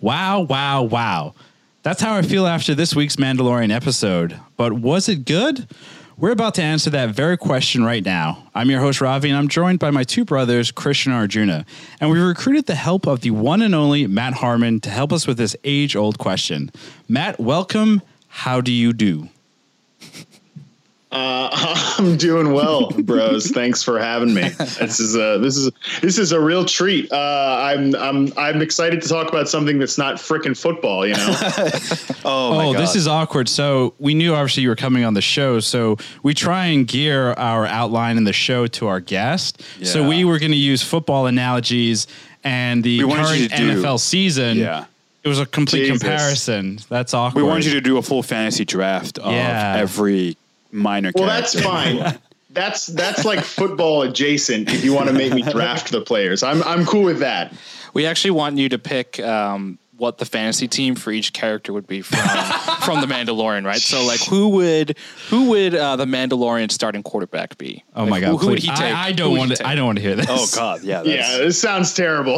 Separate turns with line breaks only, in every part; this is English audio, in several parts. Wow, wow, wow. That's how I feel after this week's Mandalorian episode. But was it good? We're about to answer that very question right now. I'm your host, Ravi, and I'm joined by my two brothers, Christian and Arjuna. And we recruited the help of the one and only Matt Harmon to help us with this age old question. Matt, welcome. How do you do?
Uh, I'm doing well, bros. Thanks for having me. This is a this is this is a real treat. Uh, I'm I'm I'm excited to talk about something that's not frickin' football. You know,
Oh, my
oh,
God.
this is awkward. So we knew obviously you were coming on the show, so we try and gear our outline in the show to our guest. So
Yeah.
we were going to use football analogies and the
We wanted you
current
to do-
NFL season.
Yeah.
it was a complete
Jesus.
comparison. That's
we
awkward.
wanted you to do a full fantasy draft of
Yeah.
every minor.
well that's
character.
fine. That's that's like football adjacent. If you want to make me draft the players, I'm I'm cool with that.
We actually want you to pick um, what the fantasy team for each character would be from from the Mandalorian, right? So, like, who would who would uh, the Mandalorian starting quarterback be?
Oh
Like,
my god!
who, who would
please.
he take?
I, I
Who
don't
would
want
he
to.
take?
I don't want to hear this.
Oh God, yeah. That's,
Yeah, this sounds terrible.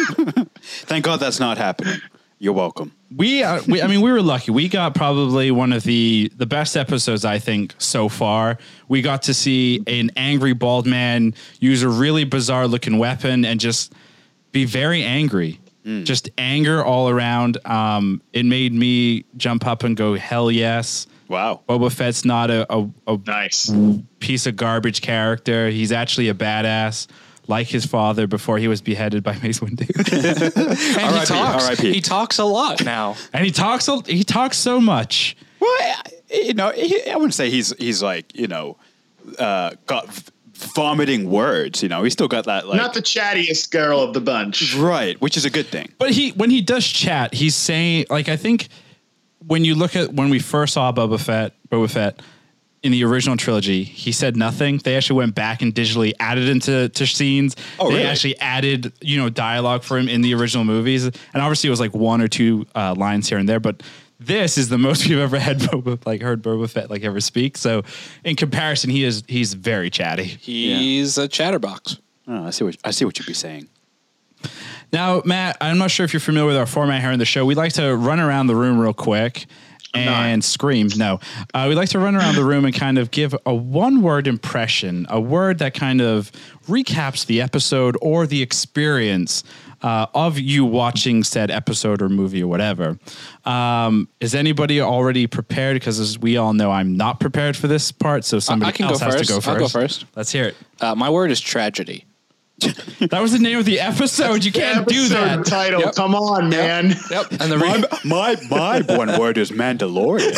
Thank God that's not happening. You're welcome.
we, uh, we I mean we were lucky. We got probably one of the the best episodes I think so far. We got to see an angry bald man use a really bizarre looking weapon and just be very angry. Just anger all around. Um, it made me jump up and go, "Hell yes!"
Wow.
Boba Fett's not a, a, a
nice.
piece of garbage character. He's actually a badass, like his father before he was beheaded by Mace Windu.
And he
R.I.P.,
talks.
R.I.P..
He talks a lot now.
and he talks. a- He talks so much.
Well, I- eh, you know, he, I wouldn't say he's he's like you know, uh, got v- vomiting words. You know, he's still got that like
Not the chattiest girl of the bunch.
right, which is a good thing.
But he when he does chat, he's saying like I think when you look at when we first saw Boba Fett, Boba Fett in the original trilogy, he said nothing. They actually went back and digitally added into to scenes.
Oh,
they
really?
actually added you know dialogue for him in the original movies, and obviously it was like one or two uh, lines here and there, but. This is the most we've ever had Boba, like heard Boba Fett like ever speak. So, in comparison, he is he's very chatty.
He's a chatterbox.
Oh, I see what I see what you'd be saying.
Now, Matt, I'm not sure if you're familiar with our format here in the show. We like to run around the room real quick and scream. No, uh, we like to run around the room and kind of give a one word impression, a word that kind of recaps the episode or the experience uh, of you watching said episode or movie or whatever. Um, is anybody already prepared? Because as we all know, I'm not prepared for this part. So somebody
I can go
else has
first.
to go 1st
I'll go first.
Let's hear it.
Uh, my word is tragedy.
That was the name of the episode. You can't do that.
Episode title.
Yep.
Come on, man.
Yep. And the
My
re-
my my one word is Mandalorian.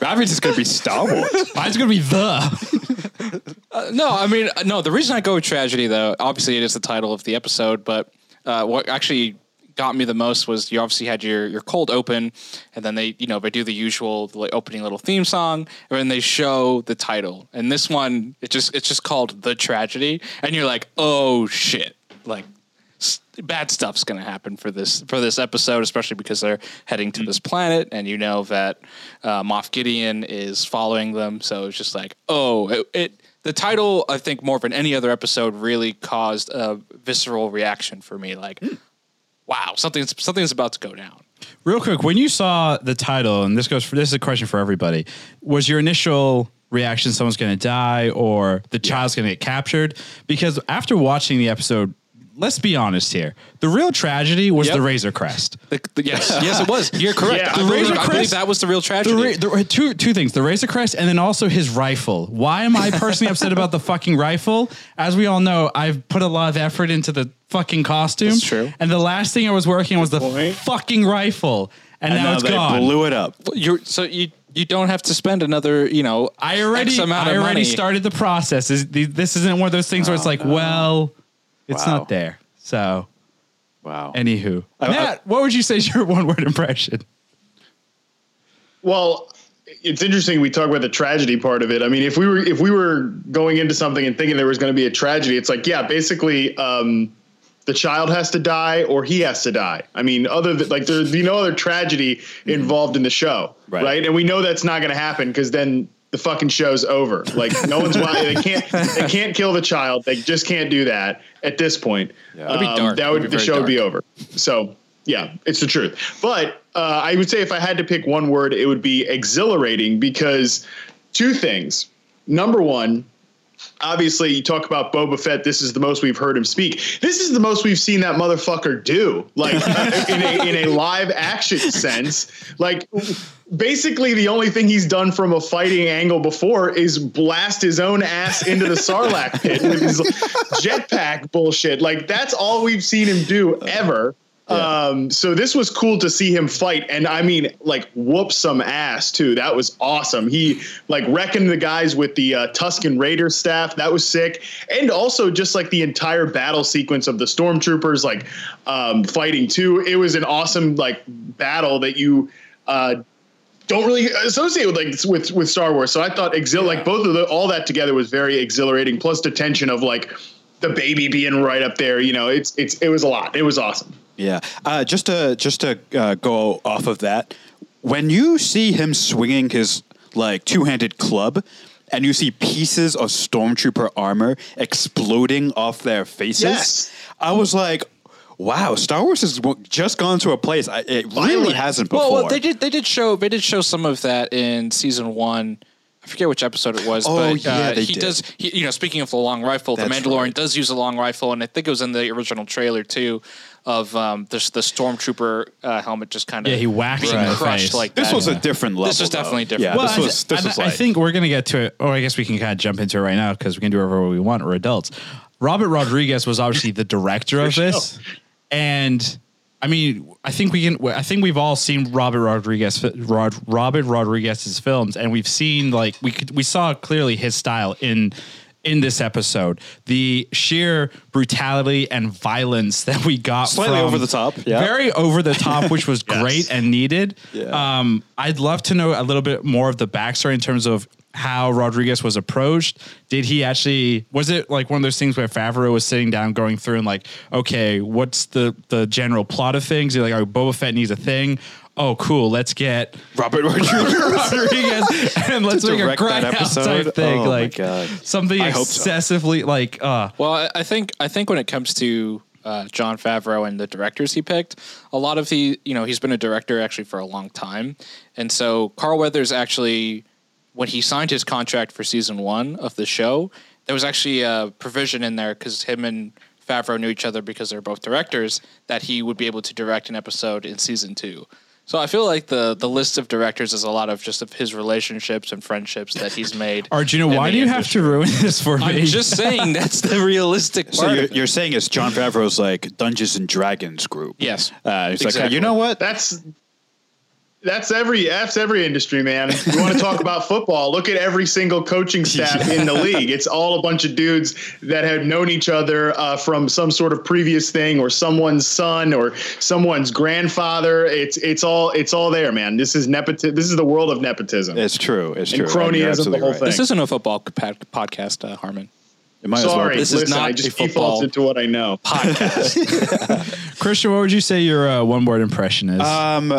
Ravi's is gonna be Star Wars.
Mine's gonna be the.
no, I mean uh, no. The reason I go with tragedy, though, obviously it is the title of the episode, but uh, what actually got me the most was you obviously had your your cold open, and then they you know they do the usual like opening little theme song, and then they show the title, and this one it just it's just called the tragedy, and you're like, oh shit, like. s- Bad stuff's gonna happen for this for this episode, especially because they're heading
Mm.
to this planet, and you know that uh, Moff Gideon is following them. So it's just like, oh, it, it the title i think more than any other episode really caused a visceral reaction for me like
Hmm.
wow something's something's about to go down
Real quick, when you saw the title, and this goes for this is a question for everybody. Was your initial reaction someone's gonna die or the child's gonna get captured? Because after watching the episode, let's be honest here. The real tragedy was
Yep.
the Razor Crest.
The- the- yes yes it was you're correct
Yeah.
I,
The
believe,
Razor
I
Crest-
believe that was the real tragedy
The ra- there were two two things: the Razor Crest, and then also his rifle. Why am I personally upset about the fucking rifle? As we all know, I've put a lot of effort into the fucking costume.
That's true.
And the last thing I was working on was the fucking rifle, and,
And
now,
now
it's
they
gone.
blew it up.
you're so you you don't have to spend another you know
I already,
X amount
I
of
already
money.
started the process. Is the- this isn't one of those things where it's like, well, it's
Wow.
not there. So,
Wow.
anywho,
I-
Matt, what would you say is your one word impression?
Well, it's interesting we talk about the tragedy part of it. I mean, if we were if we were going into something and thinking there was going to be a tragedy, it's like yeah, basically um, the child has to die or he has to die. I mean, other than like there's you no other tragedy involved in the show,
Right.
right? And we know that's not going to happen because then the fucking show's over. Like no one's why they can't they can't kill the child. They just can't do that at this point.
Yeah. That'd be
Um,
dark.
That
That'd
would
be
the
very
show would be
dark.
over. So Yeah, it's the truth. But uh, I would say if I had to pick one word, it would be exhilarating because two things. Number one, obviously, you talk about Boba Fett. This is the most we've heard him speak. This is the most we've seen that motherfucker do, like in, a, in a live action sense. Like, basically, the only thing he's done from a fighting angle before is blast his own ass into the sarlacc pit with his jetpack bullshit. Like, that's all we've seen him do ever. Um, so this was cool to see him fight, and I mean, like, whoop some ass too. That was awesome. He like reckoned the guys with the uh, Tuscan Raider staff. That was sick, and also just like the entire battle sequence of the stormtroopers like um, fighting too. It was an awesome like battle that you. Uh, don't really associate with like with with Star Wars. So I thought exil like both of the all that together was very exhilarating. Plus the tension of like the baby being right up there. You know, it's it's it was a lot. It was awesome.
Yeah. Uh, just to just to uh, go off of that, when you see him swinging his like two-handed club, and you see pieces of stormtrooper armor exploding off their faces,
Yes.
I was like. Wow, Star Wars has w- just gone to a place I, it really
Violent.
hasn't before.
Well, well, they did. They did show. They did show some of that in season one. I forget which episode it was.
Oh,
but,
yeah,
uh,
they
he
did.
does. He, you know, speaking of the long rifle,
That's
the Mandalorian
right.
does use a long rifle, and I think it was in the original trailer too. Of um, this, the stormtrooper uh, helmet just kind of
Yeah, he whacked him in the
crushed
face.
like
This
that.
was a different level.
This was
though.
definitely different.
Yeah,
Well,
this
I-
was this
I,
was
I
like
think we're gonna get to it, or I guess we can kind of jump into it right now because we can do whatever we want. We're adults. Robert Rodriguez was obviously the director of this, and I mean, I think we can. I think we've all seen Robert Rodriguez, Rod, Robert Rodriguez's films, and we've seen like we could, we saw clearly his style in in this episode. The sheer brutality and violence that we got
Slightly
from-
over the top, yeah.
very over the top, which was great and needed.
Yeah.
Um, I'd love to know a little bit more of the backstory in terms of how Rodriguez was approached. Did he actually was it like one of those things where Favreau was sitting down going through and like, okay, what's the the general plot of things? You're like, oh, Boba Fett needs a thing. Oh, cool. Let's get
Robert Rodriguez.
Rodriguez and let's make a
direct that
grind out type
episode?
thing.
Oh my
like
God.
something
I hope so.
excessively like uh
Well, I, I think I think when it comes to uh, John Favreau and the directors he picked, a lot of the you know he's been a director actually for a long time, and so Carl Weathers actually when he signed his contract for season one of the show, there was actually a provision in there because him and Favreau knew each other because they're both directors that he would be able to direct an episode in season two. So I feel like the the list of directors is a lot of just of his relationships and friendships that he's made.
Arjuna, why do you have to ruin this for me?
I'm just saying that's the realistic part.
so
of
you're,
it.
you're saying it's John Favreau's like Dungeons and Dragons group?
Yes.
Uh, it's like
Exactly.
you know what?
That's that's every that's every industry, man. You want to talk about football? Look at every single coaching staff in the league. It's all a bunch of dudes that have known each other uh, from some sort of previous thing, or someone's son, or someone's grandfather. It's it's all it's all there, man. This is nepotism. This is the world of nepotism.
It's true. It's
And
true.
cronyism,
You're
the
absolutely
whole thing.
This isn't a football pod- podcast, uh, Harmon.
It might as well
Sorry,
be.
This is
listen,
not
I
a
just
football
defaulted to what I know.
Podcast.
Christian, what would you say your uh, one word impression is?
Um,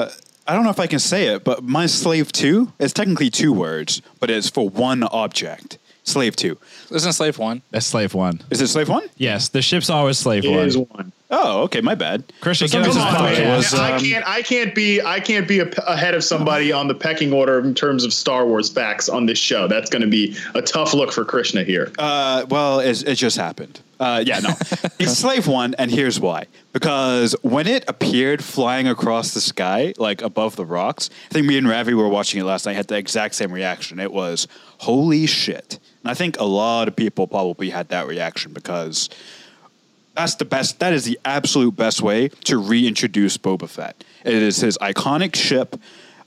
I don't know if I can say it, but my slave two is technically two words, but it's for one object. Slave two.
isn't Slave One?
That's slave one.
Is it slave one?
Yes, the ship's always slave
It
one.
is one.
Oh, okay. My bad.
Christian,
For
get
some
out
Come
of
on,
this
reason,
podcast.
man.
was,
I
um,
can't. I can't be. I can't be a, ahead of somebody on the pecking order in terms of Star Wars facts on this show. That's going to be a tough look for Krishna here.
Uh, well, it's, it just happened. Uh, yeah, no. it's Slave One, and here's why. Because when it appeared flying across the sky, like above the rocks, I think me and Ravi were watching it last night, had the exact same reaction. It was, holy shit. And I think a lot of people probably had that reaction because that's the best. That is the absolute best way to reintroduce Boba Fett. It is his iconic ship,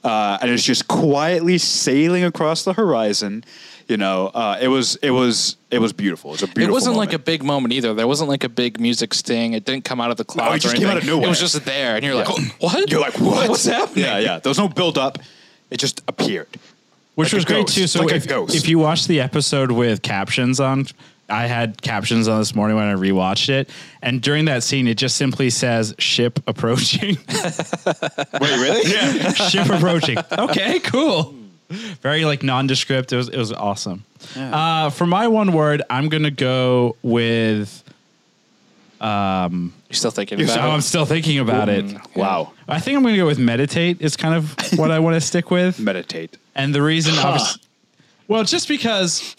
uh, and it's just quietly sailing across the horizon. You know, uh, it was it was it was beautiful. It's a beautiful.
It wasn't
moment.
like a big moment either. There wasn't like a big music sting. It didn't come out of the clouds.
just
or
came
anything.
out of nowhere.
It was just there, and you're like,
Yeah.
"Oh, what?
You're like what?
What's happening?
Yeah, yeah. There was no build up. It just appeared.
Which
Like
was
a
great
ghost,
too. So
like a
if,
ghost.
if you watch the episode with captions on, I had captions on this morning when I rewatched it, and during that scene, it just simply says "ship approaching."
Wait, really? yeah.
ship approaching. Okay, cool. Very like nondescript. It was it was awesome. Uh, for my one word, I'm gonna go with
You're still thinking about
So oh, I'm
it.
still thinking about it.
Mm. Wow.
I think I'm going to go with meditate is kind of what I want to stick with.
Meditate.
And the reason, obviously, well, just because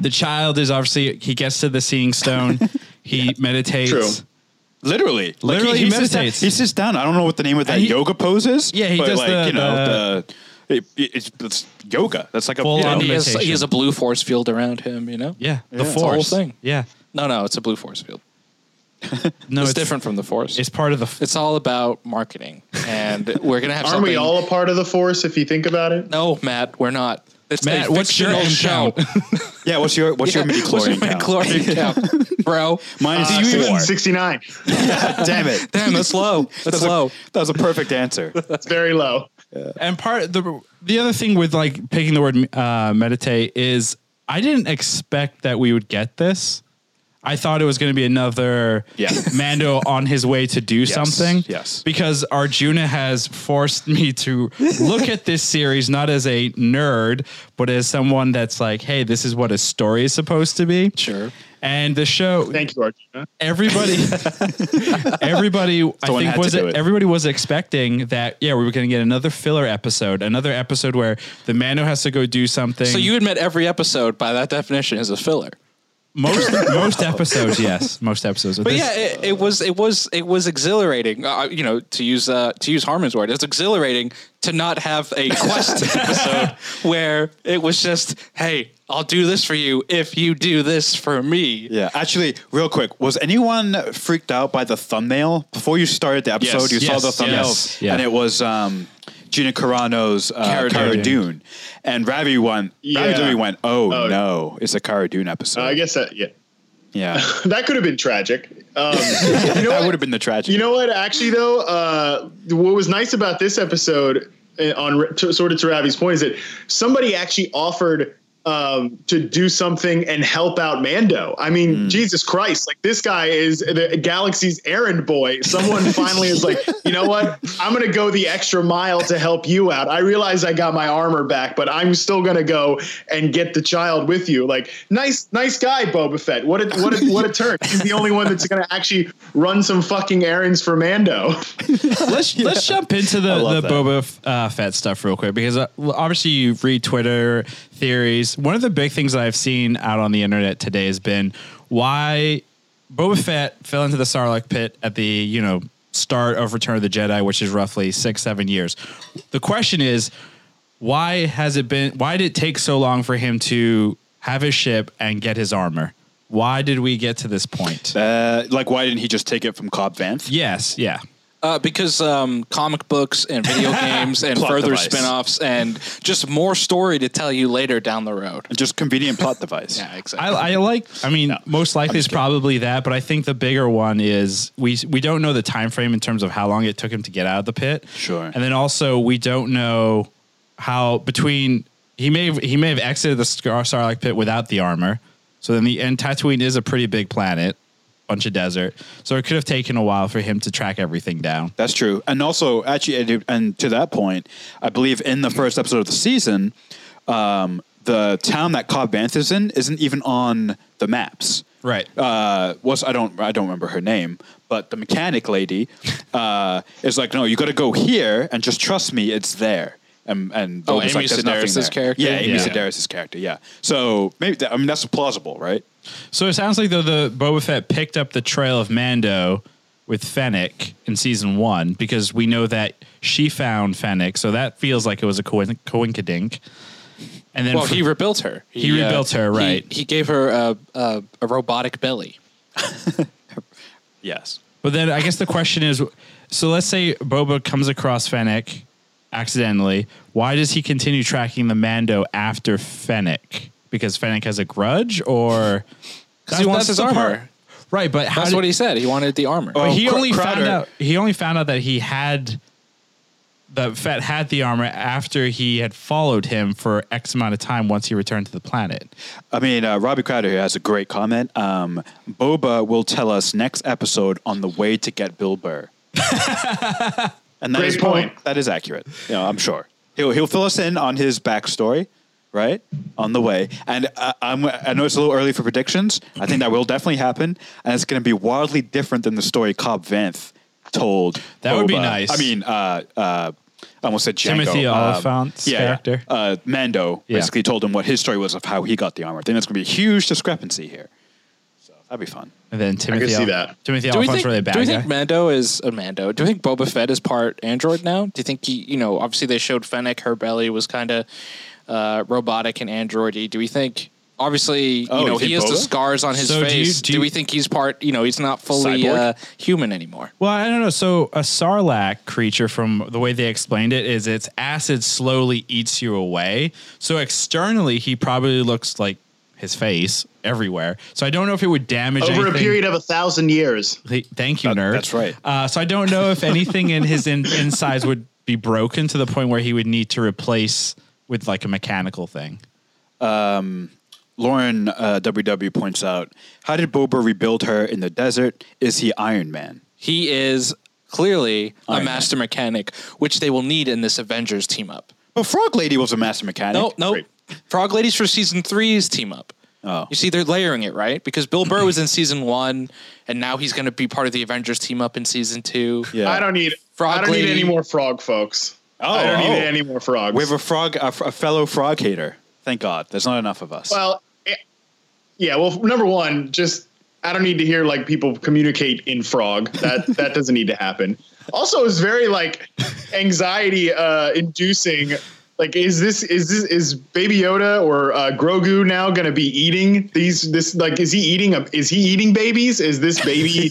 the child is obviously, he gets to the seeing stone, he meditates.
True.
Literally.
Literally, he
sits down-
meditates.
he sits down. I don't know what the name of that
And he-
yoga pose is.
Yeah, he
but
does
like,
the-
you know,
the-
the, it, it's, it's yoga. That's like a
Full
you know,
on
And he has,
meditation.
he has a blue force field around him, you know?
Yeah. The
it's
force.
the
whole thing.
Yeah.
No, no, it's a blue force field.
No,
it's, different from the force.
It's
It's,
part of the. f-
all about marketing. And we're going to have
Aren't we
something-
all a part of the force if you think about it?
No, Matt, we're not. It's
Matt,
a
what's your
fictional
end
show.
count?
Yeah, what's your what's your midi
What's your
chlorian
midichlorian Ah, count, bro?
Mine
Uh,
is four.
69.
Damn it.
Damn, that's low. That's
a-
low.
that was a perfect answer.
That's very low.
And part the the other thing with like picking the word uh, meditate is I didn't expect that we would get this. I thought it was going to be another
Yeah.
Mando on his way to do something.
yes.
Because Arjuna has forced me to look at this series not as a nerd, but as someone that's like, hey, this is what a story is supposed to be.
Sure.
And the show,
Thank you, Arjuna.
everybody everybody I
Someone
think
had
was
to do it.
everybody was expecting that yeah we were going to get another filler episode another episode where the Mando has to go do something
So you admit every episode, by that definition, is a filler.
most most episodes yes most episodes
But yeah, it, it was it was it was exhilarating. Uh, you know, to use uh, to use Harmon's word, it's exhilarating to not have a quest episode where it was just, "Hey, I'll do this for you if you do this for me."
Yeah, actually, real quick, was anyone freaked out by the thumbnail before you started the episode?
Yes.
you
Yes.
saw the thumbnail,
Yes. Yeah.
and it was um, Gina Carano's uh, Cara,
Cara
Dune.
Dune, and Ravi went.
Yeah.
Ravi Dune went. Oh,
Oh.
no, it's a Cara Dune episode.
Uh, I guess that, yeah.
yeah,
That could have been tragic. Um, you know
that
what?
would have been the tragedy.
You know what? Actually, though, uh, what was nice about this episode, uh, on to, sort of to Ravi's point, is that somebody actually offered um, to do something and help out Mando. I mean, Jesus Christ! Like this guy is the galaxy's errand boy. Someone finally is like, you know what? I'm gonna go the extra mile to help you out. I realize I got my armor back, but I'm still gonna go and get the child with you. Like, nice, nice guy, Boba Fett. What a what a, what a turn! He's the only one that's gonna actually run some fucking errands for Mando.
let's let's jump into the
love
the
that.
Boba uh, Fett stuff real quick because uh, well, obviously you read Twitter theories. One of the big things that I've seen out on the internet today has been why Boba Fett fell into the Sarlacc pit at the you know start of Return of the Jedi, which is roughly six seven years. The question is, why has it been? Why did it take so long for him to have his ship and get his armor? Why did we get to this point?
uh, like, why didn't he just take it from Cobb Vanth?
yes, yeah.
Uh, because um, comic books and video games and
Plot
further
device.
spin-offs and just more story to tell you later down the road.
Just convenient plot device.
Yeah, exactly.
I, I like. I mean, most likely it's
just kidding.
probably that, but I think the bigger one is we we don't know the time frame in terms of how long it took him to get out of the pit.
Sure.
And then also we don't know how between he may have, he may have exited the Scar- Sarlacc pit without the armor. So then the and Tatooine is a pretty big planet, bunch of desert. So it could have taken a while for him to track everything down.
That's true. And also, actually, I do- and to that point, I believe in the first episode of the season, um, the town that Cobb Vanth is in isn't even on the maps.
Right.
Uh, was I don't I don't remember her name, but the mechanic lady uh, is like, no, you got to go here and just trust me, it's there. And and
Oh,
Boba's
Amy
"There's nothing
Sedaris's
there."
character?
Yeah, Amy
Yeah.
Sedaris's character. Yeah. So maybe that, I mean that's plausible, right?
So it sounds like though the Boba Fett picked up the trail of Mando with Fennec in season one because we know that she found Fennec, so that feels like it was a coin- coinkadink. And then
well,
for-
he rebuilt her. uh,
He rebuilt her,
he-
right.
He, gave her a, a, a robotic belly.
Yes.
but then I guess the question is, so let's say Boba comes across Fennec accidentally. Why does he continue tracking the Mando after Fennec? Because Fennec has a grudge, or because
he wants his armor.
right? But how Oh,
That's
did-
what he said. He wanted the armor.
Oh,
But he
Cr-
only found
Crowder-
out. He only found out that he had that Fett had the armor after he had followed him for X amount of time. Once he returned to the planet,
I mean, uh, Robbie Crowder here has a great comment. Um, Boba will tell us next episode on the way to get Bill Burr. and that
Great
is
point.
That is accurate. You know, I'm sure he'll he'll fill us in on his backstory. right? On the way. And uh, I'm, I know it's a little early for predictions. I think that will definitely happen. And it's going to be wildly different than the story Cobb Vanth told.
That would be
Boba.
nice.
I mean, uh, uh, I almost said Jango.
Timothy
um,
Oliphant's character.
Uh, Mando
Yeah.
basically told him what his story was of how he got the armor. I think that's going to be a huge discrepancy here. So that'd be fun.
And then Timothy.
see
Al-
that.
Timothy
Do we
Oliphant's
think,
really a bad
do we
guy.
think Mando is a Mando? Do we think Boba Fett is part android now? Do you think he, you know, obviously they showed Fennec, her belly was kind of uh, robotic and androidy. Do we think, obviously,
Oh,
you
you
know,
think
he has the
Boba?
scars on his
So do you-
face.
do
Do,
you-
we think he's part, you know, he's not fully
Cyborg?
uh, human anymore?
Well, I don't know. So a sarlacc creature, from the way they explained it, is its acid slowly eats you away. So externally, he probably looks like his face everywhere. So I don't know if it would damage
Over a
anything.
period of a thousand years.
Th- Thank you,
That-
nerd.
that's right.
Uh, so I don't know if anything in his in, insides would be broken to the point where he would need to replace with like a mechanical thing.
Lauren uh, WW points out, how did Boba rebuild her in the desert? Is he Iron Man?
He is clearly a
Iron Man.
master mechanic, which they will need in this Avengers team up.
But Frog Lady was a master mechanic.
No, no.
Great.
Frog Ladies for season three's team up.
Oh.
You see, they're layering it, right? Because Bill Burr was in season one, and now he's going to be part of the Avengers team up in season two.
Yeah.
I don't need.
Frog
I don't need
lady.
any more frog, folks.
Oh,
I don't
oh.
need any more frogs.
We have a frog, a, f- a fellow frog hater. Thank God, there's not enough of us.
Well, eh, yeah. Well, number one, just I don't need to hear like people communicate in frog. That that doesn't need to happen. Also, it's very like anxiety uh, inducing. Like, is this is this is Baby Yoda or uh, Grogu now going to be eating these? This like, is he eating? A, is he eating babies? Is this baby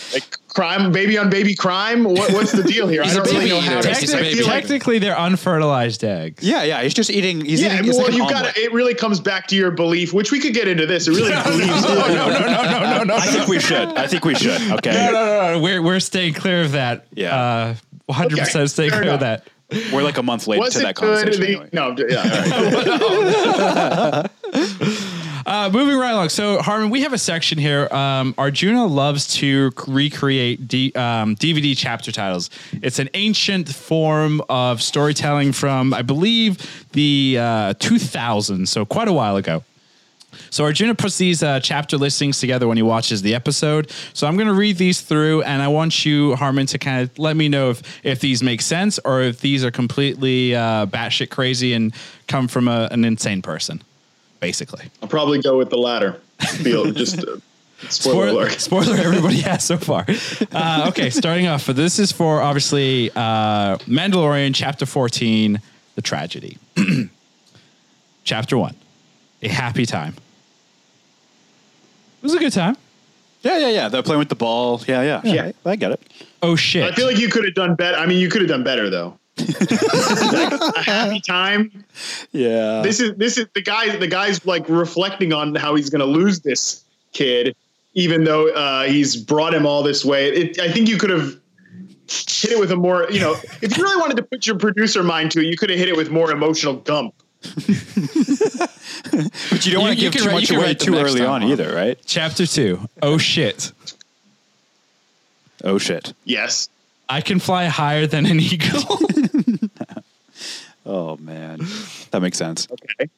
like crime? Baby on baby crime? What, what's the deal here? I
He's a
don't really
baby
know how.
eater.
to-
He's a
I
baby
feel like-
eater.
technically, they're unfertilized eggs.
yeah, yeah, he's just eating. He's
yeah,
eating. It's
well,
like an
you got
omelet.
to It really comes back to your belief, which we could get into this. It really believes.
no, no, no,
I think we should. I think we should. Okay,
no, no, no, no. We're we're staying clear of that.
Yeah.
uh, one hundred
Okay,
percent staying
fair
clear of
enough.
that.
we're like a month late
Was
to
it
that
good?
conversation.
The-
anyway.
No, d- yeah. all right.
Uh, moving right along. So Harmon, we have a section here. Um, Arjuna loves to c- recreate D, um, DVD chapter titles. It's an ancient form of storytelling from, I believe, the uh, 2000s, so quite a while ago. So Arjuna puts these uh, chapter listings together when he watches the episode. So I'm going to read these through, and I want you, Harmon, to kind of let me know if if these make sense or if these are completely uh, batshit crazy and come from a, an insane person, basically.
I'll probably go with the latter. Feel just uh, spoiler
Spoiler,
alert.
spoiler everybody has so far. Uh, okay, starting off. But this is for obviously uh, Mandalorian chapter 14, The Tragedy. chapter 1, A Happy Time. It was a good time.
Yeah, yeah, yeah. They're playing with the ball. Yeah, yeah,
Yeah.
I, I get it.
Oh, shit.
I feel like you could have done better. I mean, you could have done better though. like, a happy time.
Yeah.
This is this is the guy. The guy's like reflecting on how he's going to lose this kid, even though uh, he's brought him all this way. It, I think you could have hit it with a more. You know, if you really wanted to put your producer mind to it, you could have hit it with more emotional gump.
but you don't
you-
want to
you
give
can
too
write- you
much
can
away
write the
too
next
early
time
on
on.
either, right?
Chapter 2, Oh, shit.
Oh shit.
Yes.
I can fly higher than an eagle.
Oh man, that makes sense.
Okay.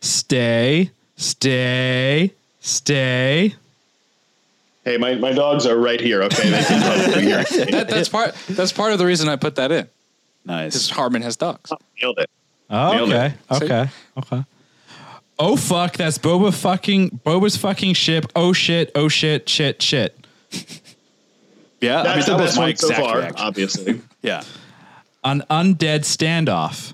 stay, stay, stay.
Hey, my, my dogs are right here. Okay. They can come over here.
That, that's part. That's part of the reason I put that in. Because
Nice.
Harmon has dogs.
Nailed it.
Oh,
Nailed
okay.
it.
Okay. Okay. Oh fuck, that's Boba fucking Boba's fucking ship. Oh shit, oh shit, shit, shit.
Yeah,
That's
I
the
mean that
best
was my
one so
exact
far, Um,
reaction.
obviously.
yeah.
An undead standoff.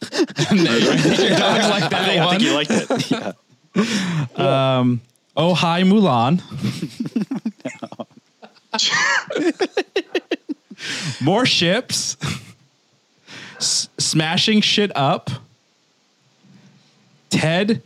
Dogs like that
I
one.
think you liked it. Yeah.
Oh hi Mulan. More ships. S- smashing shit up. Ted,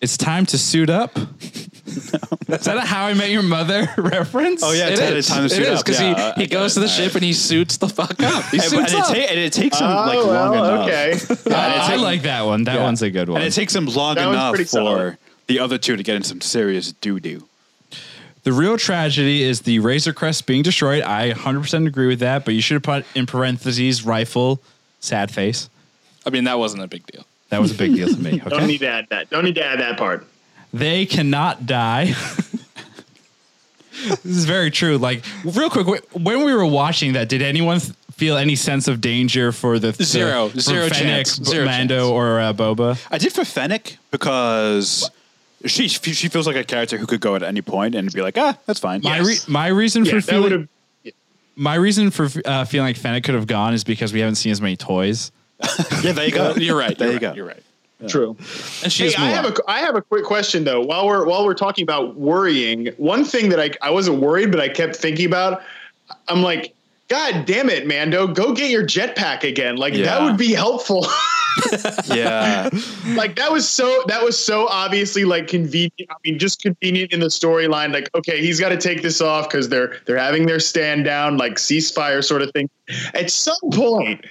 it's time to suit up. Is that a How I Met Your Mother reference?
Oh, yeah,
It
Ted,
is.
it's time to
It
suit
is
up.
because
Yeah, I- I
he, he goes to the ship and he suits the fuck up. He
And, and
suits
it
up.
ta- and it takes him like
Oh,
long
well,
enough.
okay.
I, I like that one. That one's a good one.
And it takes him long
That one's
enough
pretty
for
solid.
the other two to get in some serious doo doo.
The real tragedy is the Razor Crest being destroyed. I 100% agree with that, but you should have put in parentheses rifle, sad face.
I mean, that wasn't a big deal.
That was a big deal to me.
Don't
Okay?
need to add that. Don't need to add that part.
they cannot die. this is very true. Like, real quick, wh- when we were watching that, did anyone th- feel any sense of danger for the the-
Zero.
from
Zero
Fennec,
chance.
B-
Zero
Mando,
chance.
or uh, Boba?
I did for Fennec because she she feels like a character who could go at any point and be like, ah, that's fine.
My,
Yes.
re- my reason
Yeah,
for
that would have.
feeling my reason for uh, feeling like Fennec could have gone is because we haven't seen as many toys.
yeah, there you go.
You're right.
There
you're
you
right,
go.
You're right.
True.
And she
Hey,
is
I have a I have a quick question though. While we're while we're talking about worrying, one thing that I I wasn't worried, but I kept thinking about. I'm like, God damn it, Mando, go get your jetpack again. Like that
Yeah.
would be helpful.
Yeah.
like that was so that was so obviously like convenient. I mean, just convenient in the storyline. Like, okay, he's got to take this off because they're they're having their stand down, like ceasefire sort of thing. At some point,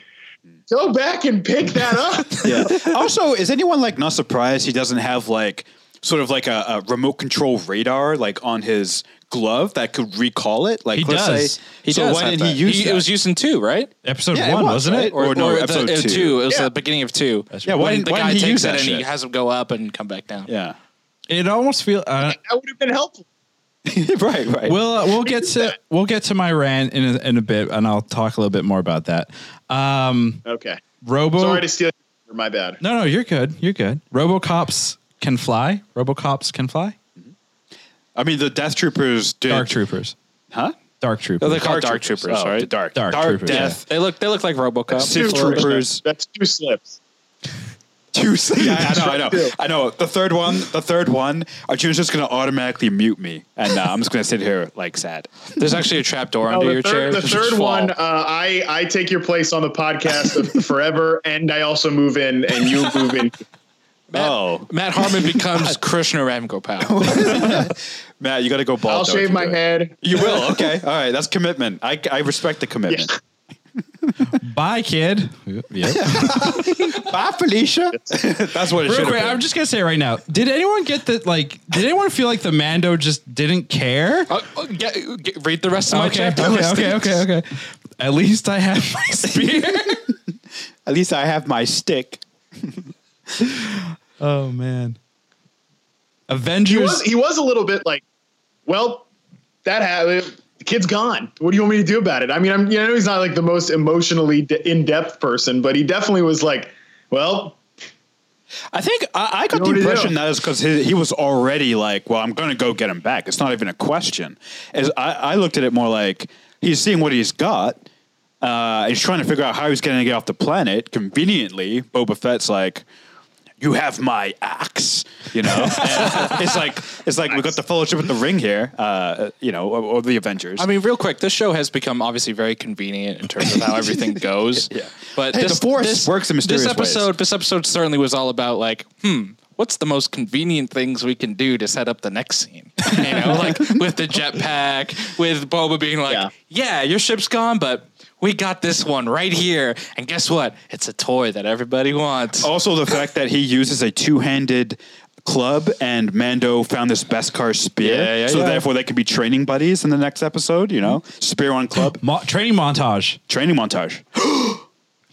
go back and pick that up.
yeah. Also, is anyone like not surprised he doesn't have like sort of like a, a remote control radar like on his glove that could recall it? Like
He
let's
does.
say
he
so
does
why
have
didn't he
that.
use
It
that?
was used in two, right?
Episode
Yeah, it
one,
was,
was, not
right?
it?
Or no, episode
the, uh,
two.
It was
Yeah.
the beginning of two.
That's
Yeah, why
when
didn't-
the
why
guy
didn't he
takes
use
it
that
and he
shit?
has him go up and come back down.
Yeah.
It almost feels. Uh,
That would have been helpful.
right, right.
We'll uh, we'll get to we'll get to my rant in a, in a bit, and I'll talk a little bit more about that. Um,
Okay.
Robo,
Sorry to steal. My bad.
no, no, you're good, you're good. Robocops can fly. Robocops can fly.
I mean the Death Troopers did
Dark troopers,
Huh?
dark
Oh,
troopers.
they're
Dark
called dark troopers,
Troopers. Oh,
right?
the dark-
Dark
Dark
troopers,
Death.
They look they look like RoboCop.
Sith
Two slips.
troopers.
That's two slips.
Two yeah, I know, I know, I know. The third one, the third one, Arjuna's just gonna automatically mute me, and uh, I'm just gonna sit here like sad.
There's actually a trap door
Oh,
under your
the
chair.
third, the
You should
third
fall.
one, uh, I I take your place on the podcast of forever, and I also move in, and you move in.
Matt,
Oh.
Matt Harmon becomes Krishna Ramgopal.
Matt, you gotta go bald.
I'll
though, if
shave
you
my
do it.
head.
You will. Okay. All right. That's commitment. I, I respect the commitment.
Bye, kid. Yep.
Bye, Felicia. That's what it
Real
should
quick,
have
I'm
been.
just gonna say it right now. Did anyone get that? Like, did anyone feel like the Mando just didn't care?
Uh, uh, get, get, read the rest of my
Okay,
chapter.
okay, okay, okay, okay. At least I have my spear.
At least I have my stick.
oh man,
He
Avengers.
was he was a little bit like, well, that happened. The kid's gone. What do you want me to do about it? I mean, I'm you know he's not like the most emotionally de- in depth person, but he definitely was like, well,
I think I, I got
What
the
do you
impression
do?
that is because he, he was already like, well, I'm going to go get him back. It's not even a question. As I, I looked at it more like he's seeing what he's got. Uh, he's trying to figure out how he's going to get off the planet. Conveniently, Boba Fett's like, "You have my axe," you know. And it's like it's like we got the Fellowship with the Ring here, uh, you know, or, or the Avengers.
I mean, real quick, this show has become obviously very convenient in terms of how everything goes.
Yeah.
But
Hey,
this,
the Force
this-
works in mysterious
This
ways.
episode, this episode certainly was all about like, hmm, what's the most convenient things we can do to set up the next scene? You know, like with the jetpack, with Boba being like,
Yeah.
yeah. your ship's gone, but we got this one right here, and guess what? It's a toy that everybody wants.
Also, the fact that he uses a two-handed club and Mando found this Beskar spear,
Yeah, yeah,
so
yeah.
therefore they could be training buddies in the next episode. You know, spear on club
Mo- training montage.
training montage.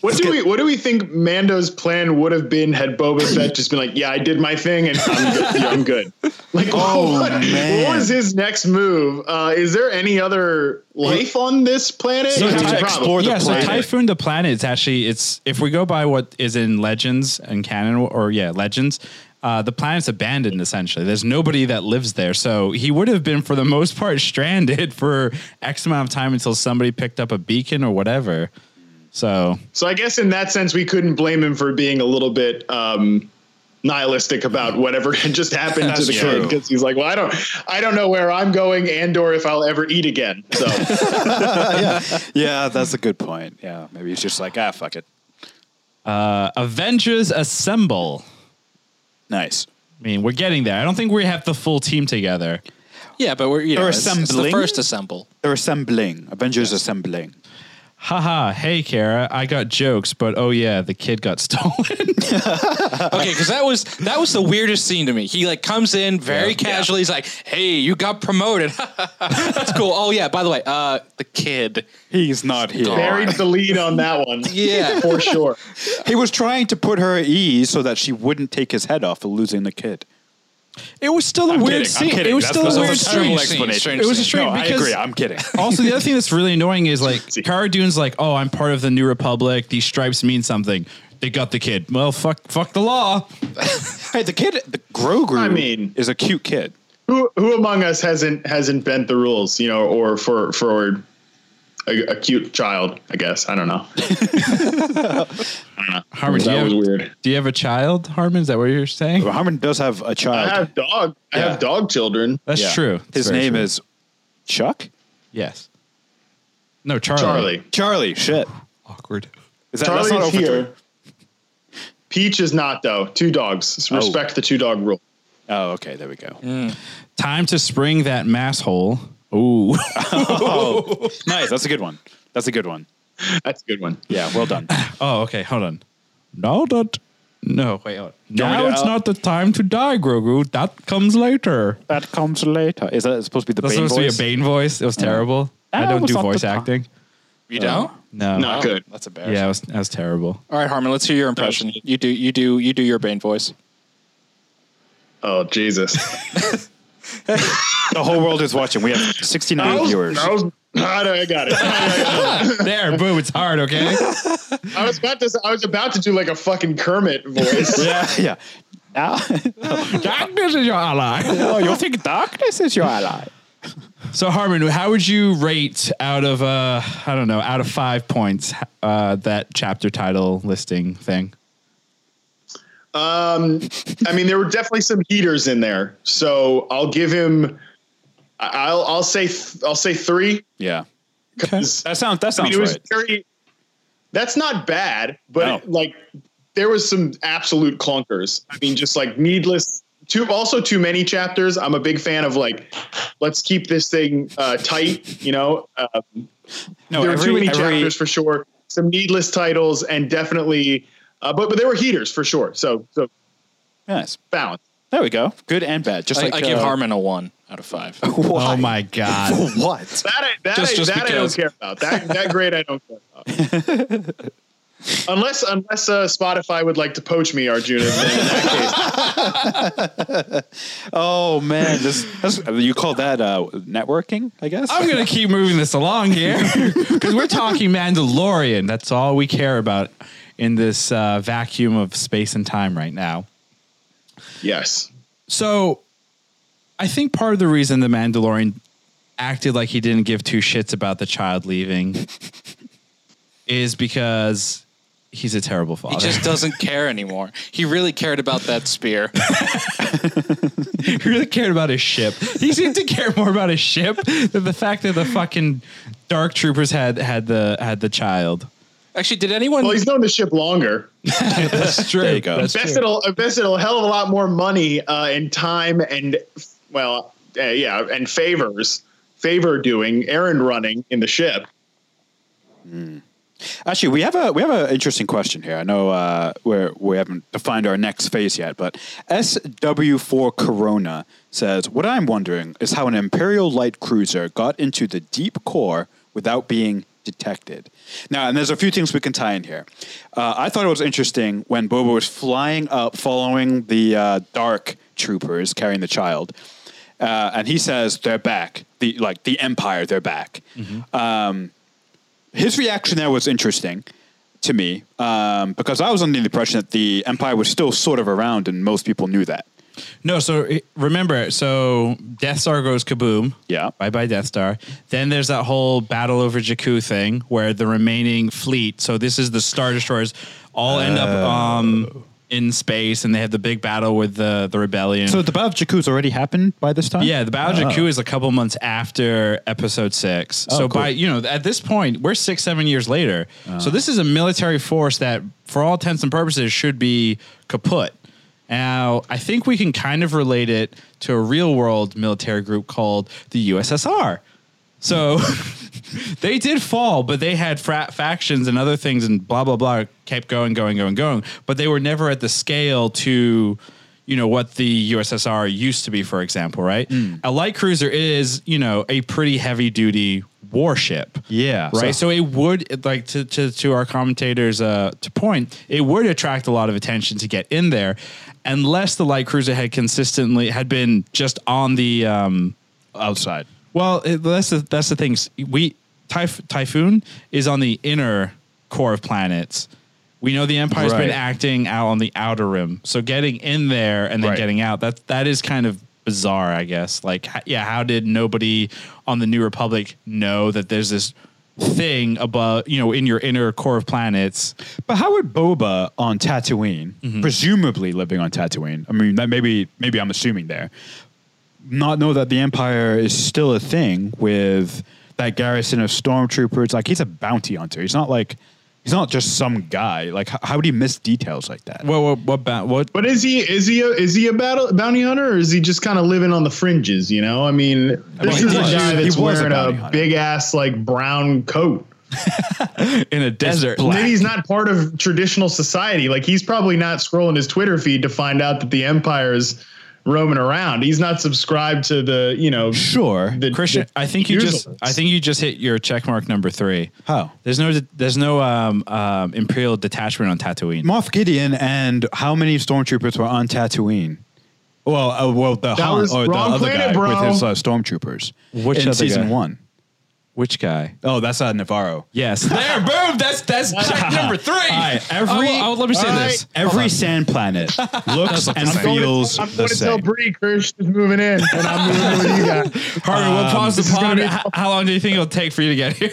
what do we what do we think Mando's plan would have been had Boba Fett just been like, yeah, I did my thing, and I'm good. Yeah, I'm good. Like,
Oh,
what,
man.
what was his next move? Uh, is there any other life on this planet?
So
Here's
to
the problem.
explore the
yeah,
planet.
so Typhoon the planet is actually it's if we go by what is in Legends and canon or yeah Legends, uh, the planet's abandoned essentially. There's nobody that lives there, so he would have been for the most part stranded for X amount of time until somebody picked up a beacon or whatever. So
So I guess in that sense, we couldn't blame him for being a little bit um, nihilistic about whatever had just happened to
That's
the
true.
kid because he's like, well, I don't, I don't know where I'm going and or if I'll ever eat again. So
yeah, that's a good point. Yeah, maybe he's just like, ah, fuck it.
uh, Avengers assemble.
Nice.
I mean, we're getting there. I don't think we have the full team together.
yeah, but we're you know,
Or
it's, it's the
assembling?
first assemble.
They're assembling. Avengers assembling.
haha, hey, Kara, I got jokes, but oh yeah, the kid got stolen.
Okay, because that was that was the weirdest scene to me. He like comes in very casually. He's like, "Hey, you got promoted. That's cool. Oh yeah, by the way, uh, the kid.
He's not here.
Buried the lead on that one.
Yeah.
for sure.
He was trying to put her at ease so that she wouldn't take his head off for losing the kid.
it was still a
I'm
weird
kidding, I'm
scene.
kidding.
It was
That's
still
the-
a
that's
weird
the
scene.
terrible
scene,
explanation.
strange
It was a
scene.
strange
No, I
because
agree. I'm kidding.
also, the other thing that's really annoying is like Cara Dune's like, "Oh, I'm part of the New Republic. These stripes mean something. They got the kid. Well, fuck, fuck the law."
Hey, the kid, the Grogu,
I mean-
is a cute kid.
Who who among us hasn't hasn't bent the rules, you know, or for for a, a cute child? I guess I don't know.
Harmon, do you,
that
have,
was weird.
do you have a child, Harmon? Is that what you're saying?
But Harmon does have a
I
child.
have dog. I
Yeah. Uh-huh.
have dog children.
That's
Yeah.
true. That's
His
very
name
true.
is Chuck.
yes. No, Charlie.
Charlie.
Charlie. Shit.
Awkward.
Is that,
Charlie is
over
here. Peach is not though. Two dogs. So
Oh.
Respect the two dog rule.
Oh, okay. There we go.
Time to spring that mass hole. Ooh.
Oh, nice. That's a good one. That's a good one.
That's a good one.
Yeah. Well done.
oh, okay. Hold on. Now that. No, wait. Hold on.
want me
Now
to-
it's not the time to die, Grogu. That comes later.
that comes later. Is that supposed to be the
That's
Bane
supposed
voice?
to be a Bane voice. It was terrible. I
That
don't
was
do
not the
voice
time.
acting.
You don't?
No.
No. Not good.
That's embarrassing.
Yeah, it was, that was terrible.
All right, Harmon. Let's hear your impression. You do. You do. You do your Bane voice.
Oh Jesus!
The whole world is watching. We have 69 viewers.
I was, I, know, I got it.
there, boom. It's hard, okay?
I was about to. I was about to do like a fucking Kermit voice.
Yeah. Yeah. Now,
Darkness is your ally.
oh, you think darkness is your ally?
So, Harmon, how would you rate out of, uh, I don't know, out of five points uh, that chapter title listing thing?
I mean, there were definitely some heaters in there, so I'll give him. I- I'll I'll say th- I'll say three.
Yeah.
'cause
That sounds. That
I mean,
sounds
it was
right.
very. That's not bad, but
No.
it- like there was some absolute clunkers. I mean, just like needless. Too also too many chapters. I'm a big fan of like, let's keep this thing uh, tight. You know, um,
No,
there were too
Oh, every-
many
every-
chapters for sure. Some needless titles and definitely, uh, but but there were heaters for sure. So so
Yes.
balance.
There we go. Good and bad. Just
I,
like
I give
uh,
Harmon a one out of five.
Oh, my God.
What?
That I, that,
Just-
I,
just
that I don't
because.
care about. That that grade I don't care about. unless unless uh, Spotify would like to poach me, Arjuna. Then in that
Oh man, this, that's, you call that uh, networking? I guess.
I'm going to keep moving this along here because we're talking Mandalorian. That's all we care about in this uh, vacuum of space and time right now.
case. yes.
So I think part of the reason the Mandalorian acted like he didn't give two shits about the child leaving is because he's a terrible father.
He just doesn't care anymore. He really cared about that spear.
He really cared about his ship. He seemed to care more about his ship than the fact that the fucking dark troopers had had the had the child.
Actually, did anyone?
Well, he's known the ship longer.
That's true.
There you go.
That's true.
Invested a, invested a hell of a lot more money uh, and time and well, uh, yeah, and favors, favor doing, errand running in the ship.
Actually, we have a we have an interesting question here. I know uh, we're, we haven't defined our next phase yet, but SW4 Corona says, "What I'm wondering is how an Imperial light cruiser got into the deep core without being detected." Now, and there's a few things we can tie in here. Uh, I thought it was interesting when Boba was flying up, following the uh, dark troopers carrying the child, uh, and he says, "They're back." The like the Empire, they're back his reaction there was interesting to me um, because I was under the impression that the Empire was still sort of around and most people knew that.
No, so eh, remember, so Death Star goes kaboom.
Yeah.
Bye bye, Death Star. Then there's that whole battle over Jakku thing where the remaining fleet, so this is the Star Destroyers, all end up
Oh.
um, in space and they have the big battle with the, the rebellion.
So the Battle of Jakku's already happened by this time?
yeah, the Battle of Jakku is a couple months after episode six. so
cool.
by you know, at this point, we're six, seven years later. So this is a military force that for all intents and purposes should be kaput. Now, I think we can kind of relate it to a real world military group called the USSR. So they did fall, but they had frat factions and other things and blah blah blah kept going, going, going, going. But they were never at the scale to you know what the USSR used to be, for example, right? A light cruiser is, you know, a pretty heavy duty warship.
Yeah.
Right. So, it would it, like to, to to our commentators uh to point, it would attract a lot of attention to get in there unless the light cruiser had consistently had been just on the um
outside.
well, it, that's the that's the thing. We typh- typhoon is on the inner core of planets. We know the empire's
Right.
been acting out on the outer rim, so getting in there and then
Right.
getting out that that is kind of bizarre, I guess. Like, h- yeah, how did nobody on the New Republic know that there's this thing above, you know, in your inner core of planets?
But how would Boba on Tatooine, presumably living on Tatooine? I mean, that maybe maybe I'm assuming there, not know that the Empire is still a thing with that garrison of stormtroopers. Like he's a bounty hunter. He's not like he's not just some guy. Like how, how would he miss details like that?
What what what ba- what?
But is he is he a, is he a battle, bounty hunter or is he just kind of living on the fringes? You know, I mean, this
he
is a
was.
guy
He was
that's
a
wearing
bounty
a,
hunter.
big ass like brown coat.
in a desert?
Maybe he's not part of traditional society. Like he's probably not scrolling his Twitter feed to find out that the empire is roaming around. He's not subscribed to the you know
sure.
the
Christian,
the
I think you
usual
just
ones.
I think you just hit your check mark number three.
How?
There's no there's no um, um, imperial detachment on Tatooine.
Moff Gideon and how many stormtroopers were on Tatooine? Well, uh, well, the Han
was
or the
wrong
other
planet,
guy
bro.
with his uh, stormtroopers.
Which
in
other
season
guy?
one?
Which guy?
Oh, that's uh, Navarro.
Yes, there, boom. That's that's check number three. Oh,
All right, every
I will- let me say
all
this.
Every sand planet looks and
I'm going to-
feels
I'm
the
going to tell
same.
Bree Chris is moving in, and I'm moving with you guys.
Harvey, we'll pause the
this is gonna
pod.
be-
H- How long do you think it'll take for you to get here?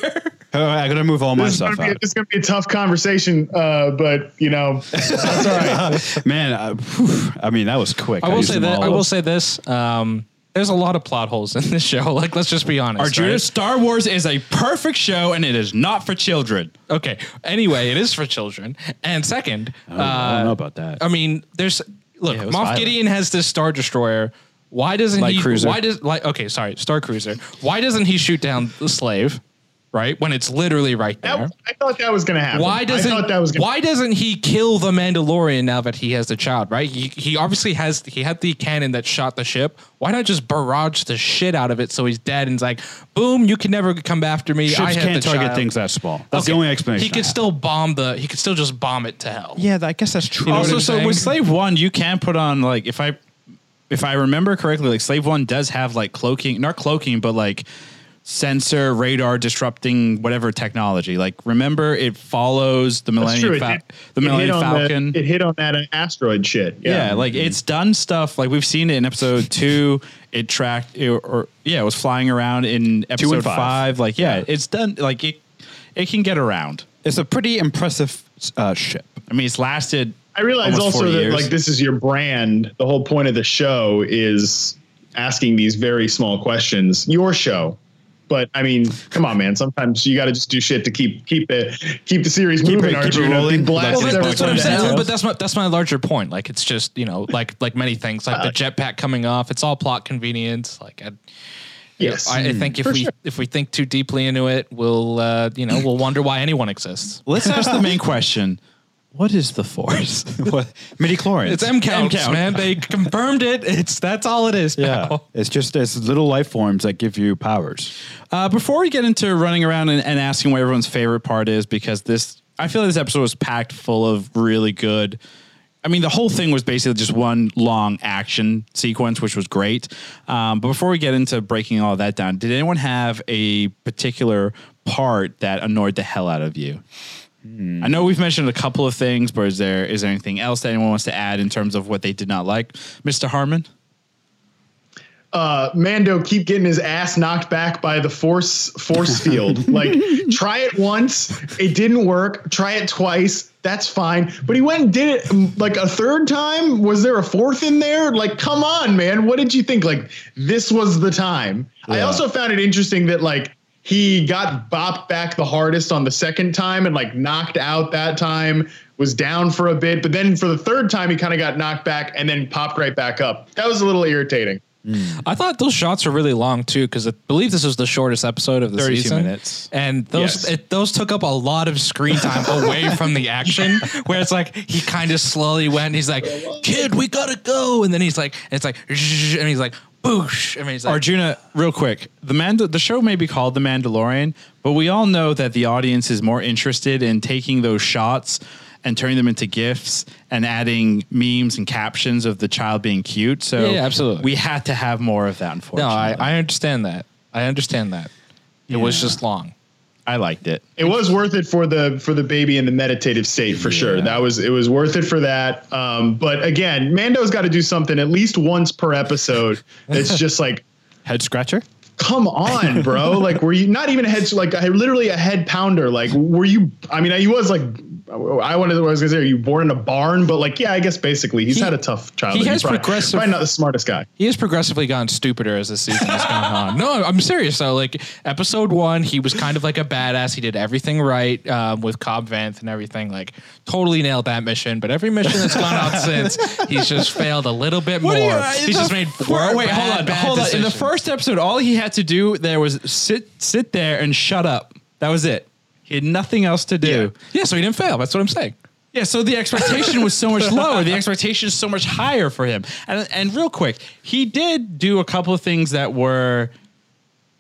All right, Oh, I gotta move all my
This is
stuff
gonna be
out.
this is gonna be a tough conversation, uh, but you know that's all right.
Man, I, whew, I mean that was quick.
I will
used
say
them
that.
all
I
up.
will say this. Um, there's a lot of plot holes in this show. Like, let's just be honest.
Arjuna,
right?
Star Wars is a perfect show, and it is not for children.
Okay. Anyway, it is for children. And second,
I
uh,
don't know about that.
I mean, there's look,
Yeah, it was
Moff
violent.
Gideon has this star destroyer. Why doesn't
Light
he?
cruiser.
Why does like okay, sorry, star cruiser. Why doesn't he shoot down the slave? Right when it's literally right there.
That, I thought that was gonna happen.
why doesn't
I thought that was gonna
Why doesn't he kill the Mandalorian now that he has the child? Right, he, he obviously has he had the cannon that shot the ship. Why not just barrage the shit out of it so he's dead and it's like, boom, you can never come after me. I
Ships
had
can't
the
target
child.
things that small. That's the
Okay.
only explanation.
He could
I have.
still bomb the. He could still just bomb it to hell.
Yeah, I guess that's true.
know what
Also,
I'm
so
saying?
with Slave One, you can put on like if I if I remember correctly, like Slave One does have like cloaking, not cloaking, but like sensor, radar, disrupting whatever technology. Like remember, it follows the
That's true.
Millennium
It
Fal-
hit-
the
it hit
Millennium
on
Falcon.
it hit on that uh, asteroid shit.
yeah.
Yeah, Mm-hmm.
like it's done stuff. Like we've seen it in episode two. It tracked, it, or yeah, it was flying around in episode
five.
five. Like yeah, it's done. Like it, it can get around.
it's a pretty impressive uh, ship.
I mean, it's lasted.
I realize
almost
also
40
that
years.
like this is your brand. The whole point of the show is asking these very small questions. Your show. But I mean, come on, man. Sometimes you got to just do shit to keep keep the keep the series moving.
it- keep it
Arjuna.
rolling.
Blast
Well,
Well,
Is
that-
there
that's what I'm
one
saying.
that
Well,
helps?
but that's my that's my larger point. Like it's just you know like like many things like the jetpack coming off. It's all plot convenience. Like I,
Yes.
I, I think if we if we think too deeply into it, we'll uh, you know we'll wonder why anyone exists.
Let's ask the main question: What is the force?
what midi chlorians?
It's M counts,
M count.
man. They confirmed it. It's that's all it is.
yeah.
now.
It's just it's little life forms that give you powers.
Uh, before we get into running around and, and asking what everyone's favorite part is, because this, I feel this episode was packed full of really good. I mean, the whole thing was basically just one long action sequence, which was great. Um, but before we get into breaking all that down, did anyone have a particular part that annoyed the hell out of you? I know we've mentioned a couple of things, but is there is there anything else that anyone wants to add in terms of what they did not like, Mister Harmon?
uh, Mando keep getting his ass knocked back by the force force field. like try it once, it didn't work. Try it twice, that's fine. But he went and did it mm, like a third time. Was there a fourth in there? Like, come on, man. What did you think? Like, this was the time. I also found it interesting that like he got bopped back the hardest on the second time and like knocked out that time was down for a bit but then for the third time he kind of got knocked back and then popped right back up that was a little irritating
I thought those shots were really long too, because I believe this was the shortest episode of the
32
season.
minutes.
and those
Yes.
it, those took up a lot of screen time away from the action. Where it's like he kind of slowly went. He's like, "Kid, we gotta go," and then he's like, and "It's like," "Zzzz," and he's like, "Boosh," and he's like,
Arjuna, real quick, the Mandal- the show may be called The Mandalorian, but we all know that the audience is more interested in taking those shots and turning them into gifs and adding memes and captions of the child being cute. So
Yeah, yeah, absolutely.
we had to have more of that.
"No,
Unfortunately,
I, I understand that. I understand that. It was just long."
I liked it.
It was worth it for the for the baby in the meditative state for sure. That was it was worth it for that. Um, but again, Mando's got to do something at least once per episode. That's just like
Head scratcher?
come on, bro. like, were you not even a head, like, I literally a head pounder? Like, were you, I mean, he was like, I wanted, I was gonna say, are you born in a barn? But like, yeah, I guess basically he's
He-
had a tough childhood.
has
He's probably,
progressive-
probably not the smartest guy.
he has progressively gotten stupider as the season has gone on. No, I'm serious though. Like episode one, he was kind of like a badass. He did everything right um, with Cobb Vanth and everything. Like totally nailed that mission. But every mission that's gone out since, he's just failed a little bit
What do you-
more.
uh, in
he's
the
just made
fir-
four.
Wait,
bad,
hold on,
bad
hold on. In the
decisions.
first episode, all he had to do there was sit, sit there and shut up. That was it. He had nothing else to do.
yeah, so he didn't fail. That's what I'm saying.
Yeah, so the expectation was so much lower. The expectation is so much higher for him. And and real quick, he did do a couple of things that were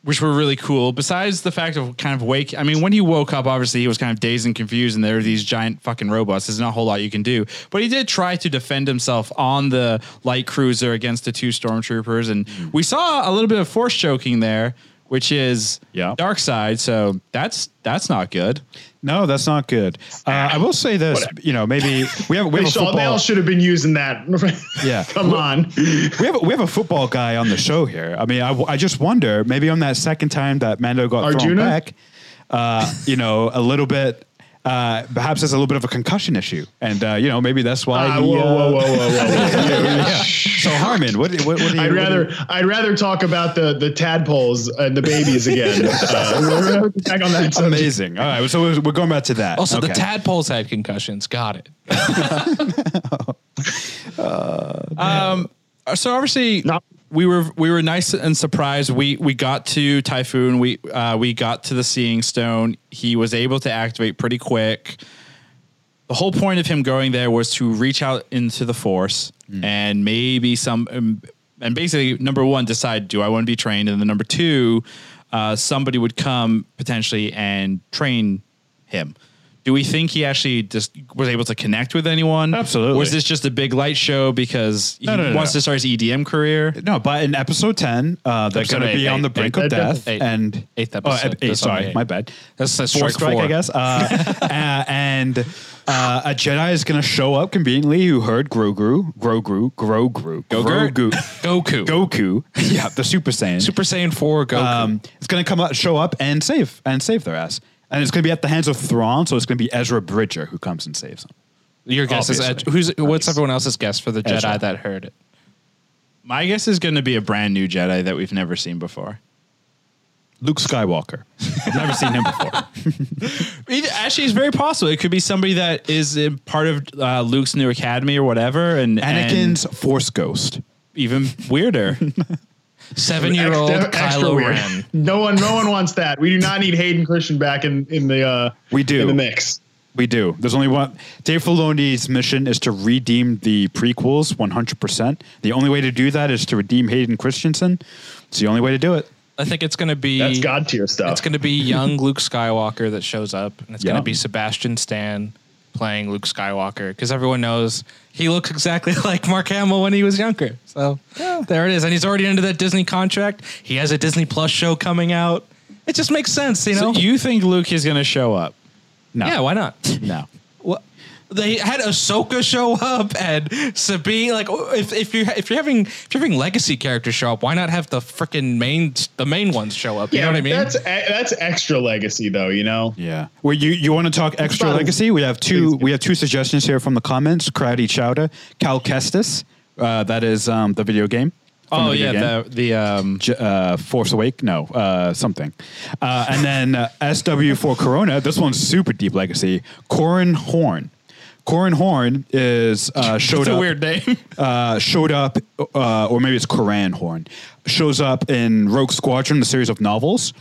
which were really cool. Besides the fact of kind of wake, I mean, when he woke up, obviously he was kind of dazed and confused, and there were these giant fucking robots. There's not a whole lot you can do, but he did try to defend himself on the light cruiser against the two stormtroopers, and we saw a little bit of force choking there, which is
Yeah.
dark side. So that's that's not good.
No, that's not good. Uh, I will say this, you know, maybe we have we
They,
have a
should- they all
football.
should have been using that.
Yeah.
Come on.
We have, a- we have a football guy on the show here. I mean, I, w- I just wonder maybe on that second time that Mando got thrown
Arjuna?
back, uh, you know, a little bit, uh, perhaps there's a little bit of a concussion issue, and uh, you know, maybe that's why.
Ah,
he,
whoa, whoa,
uh,
whoa, whoa, whoa, whoa.
So Harmon, what, what, what do you?
I'd
what do you-
rather I'd rather talk about the the tadpoles and the babies again. Uh, we're gonna back on that subject.
Amazing. All right, so we're we're going back to that.
Also, the
Okay.
tadpoles had concussions. Got it.
Um, so obviously,
No.
we were we were nice and surprised. We we got to Typhoon. We uh, we got to the Seeing Stone. He was able to activate pretty quick. The whole point of him going there was to reach out into the Force and maybe some, um, and basically number one decide do I want to be trained, and then number two, uh, somebody would come potentially and train him. Do we think he actually just was able to connect with anyone?
Absolutely.
Was this just a big light show because he
No, no, no,
wants
no.
to start his EDM career?
No, but in episode ten, uh, they're
Episode
going to
eight,
be on
eight,
the brink
eight,
of
eight,
death,
eight,
and
eighth
Oh,
episode,
eight,
that's on
sorry,
the eight.
my bad.
That's- that's
Fourth
strike four.
I guess. Uh, uh, and uh, a Jedi is going to show up conveniently who heard Grogu, Grogu, Grogu,
Gogurt?
Grogu,
Goku.
Goku. Yeah, the Super Saiyan.
Super Saiyan 4 Goku.
Um, it's going to come up, show up, and save and save their ass. And it's going to be at the hands of Thrawn, so it's going to be Ezra Bridger who comes and saves them.
Your guess is uh,
obviously.
who's what's everyone else's guess for the Jedi
Ezra.
that heard it?
My guess is going to be a brand new Jedi that we've never seen before.
Luke Skywalker. I've never seen him before.
It actually, it's very possible. It could be somebody that is in part of uh, Luke's new academy or whatever, and and
Anakin's Force Ghost.
even weirder.
Seven year old
Extra- extra
Kylo
weird.
Ren.
No one, no one wants that. We do not need Hayden Christian back in in the uh,
We do.
in the mix.
We do. There's only one. Dave Filoni's mission is to redeem the prequels 100%. The only way to do that is to redeem Hayden Christensen. It's the only way to do it.
I think it's gonna be
That's god tier stuff.
it's gonna be young Luke Skywalker that shows up, and it's
Yeah.
gonna be Sebastian Stan playing Luke Skywalker because everyone knows he looks exactly like Mark Hamill when he was younger. So there it is, and he's already under that Disney contract. He has a Disney Plus show coming out. It just makes sense, you know.
So you think Luke is going to show up?
No.
yeah, why not?
No.
What? They had Ahsoka show up and Sabine. Like, oh, if, if you're if you're having if you're having legacy characters show up, why not have the freaking main the main ones show up? You know what I mean?
That's e- that's extra legacy though. You know.
Yeah. Well, you, you want to talk extra
Fine.
legacy? We have two.
Please do.
We have two suggestions here from the comments. Crowdy Chowder, Cal Kestis. Uh, that is um, the video game. from
Oh
the video game.
yeah, the the um,
J- uh, Force Awake, no, uh, something. Uh, and then uh, SW for Corona, this one's super deep legacy. Corin Horn. Corin Horn is uh, showed
That's a
up.
weird name.
uh, showed up, uh, or maybe it's Koran Horn, shows up in Rogue Squadron, the series of novels.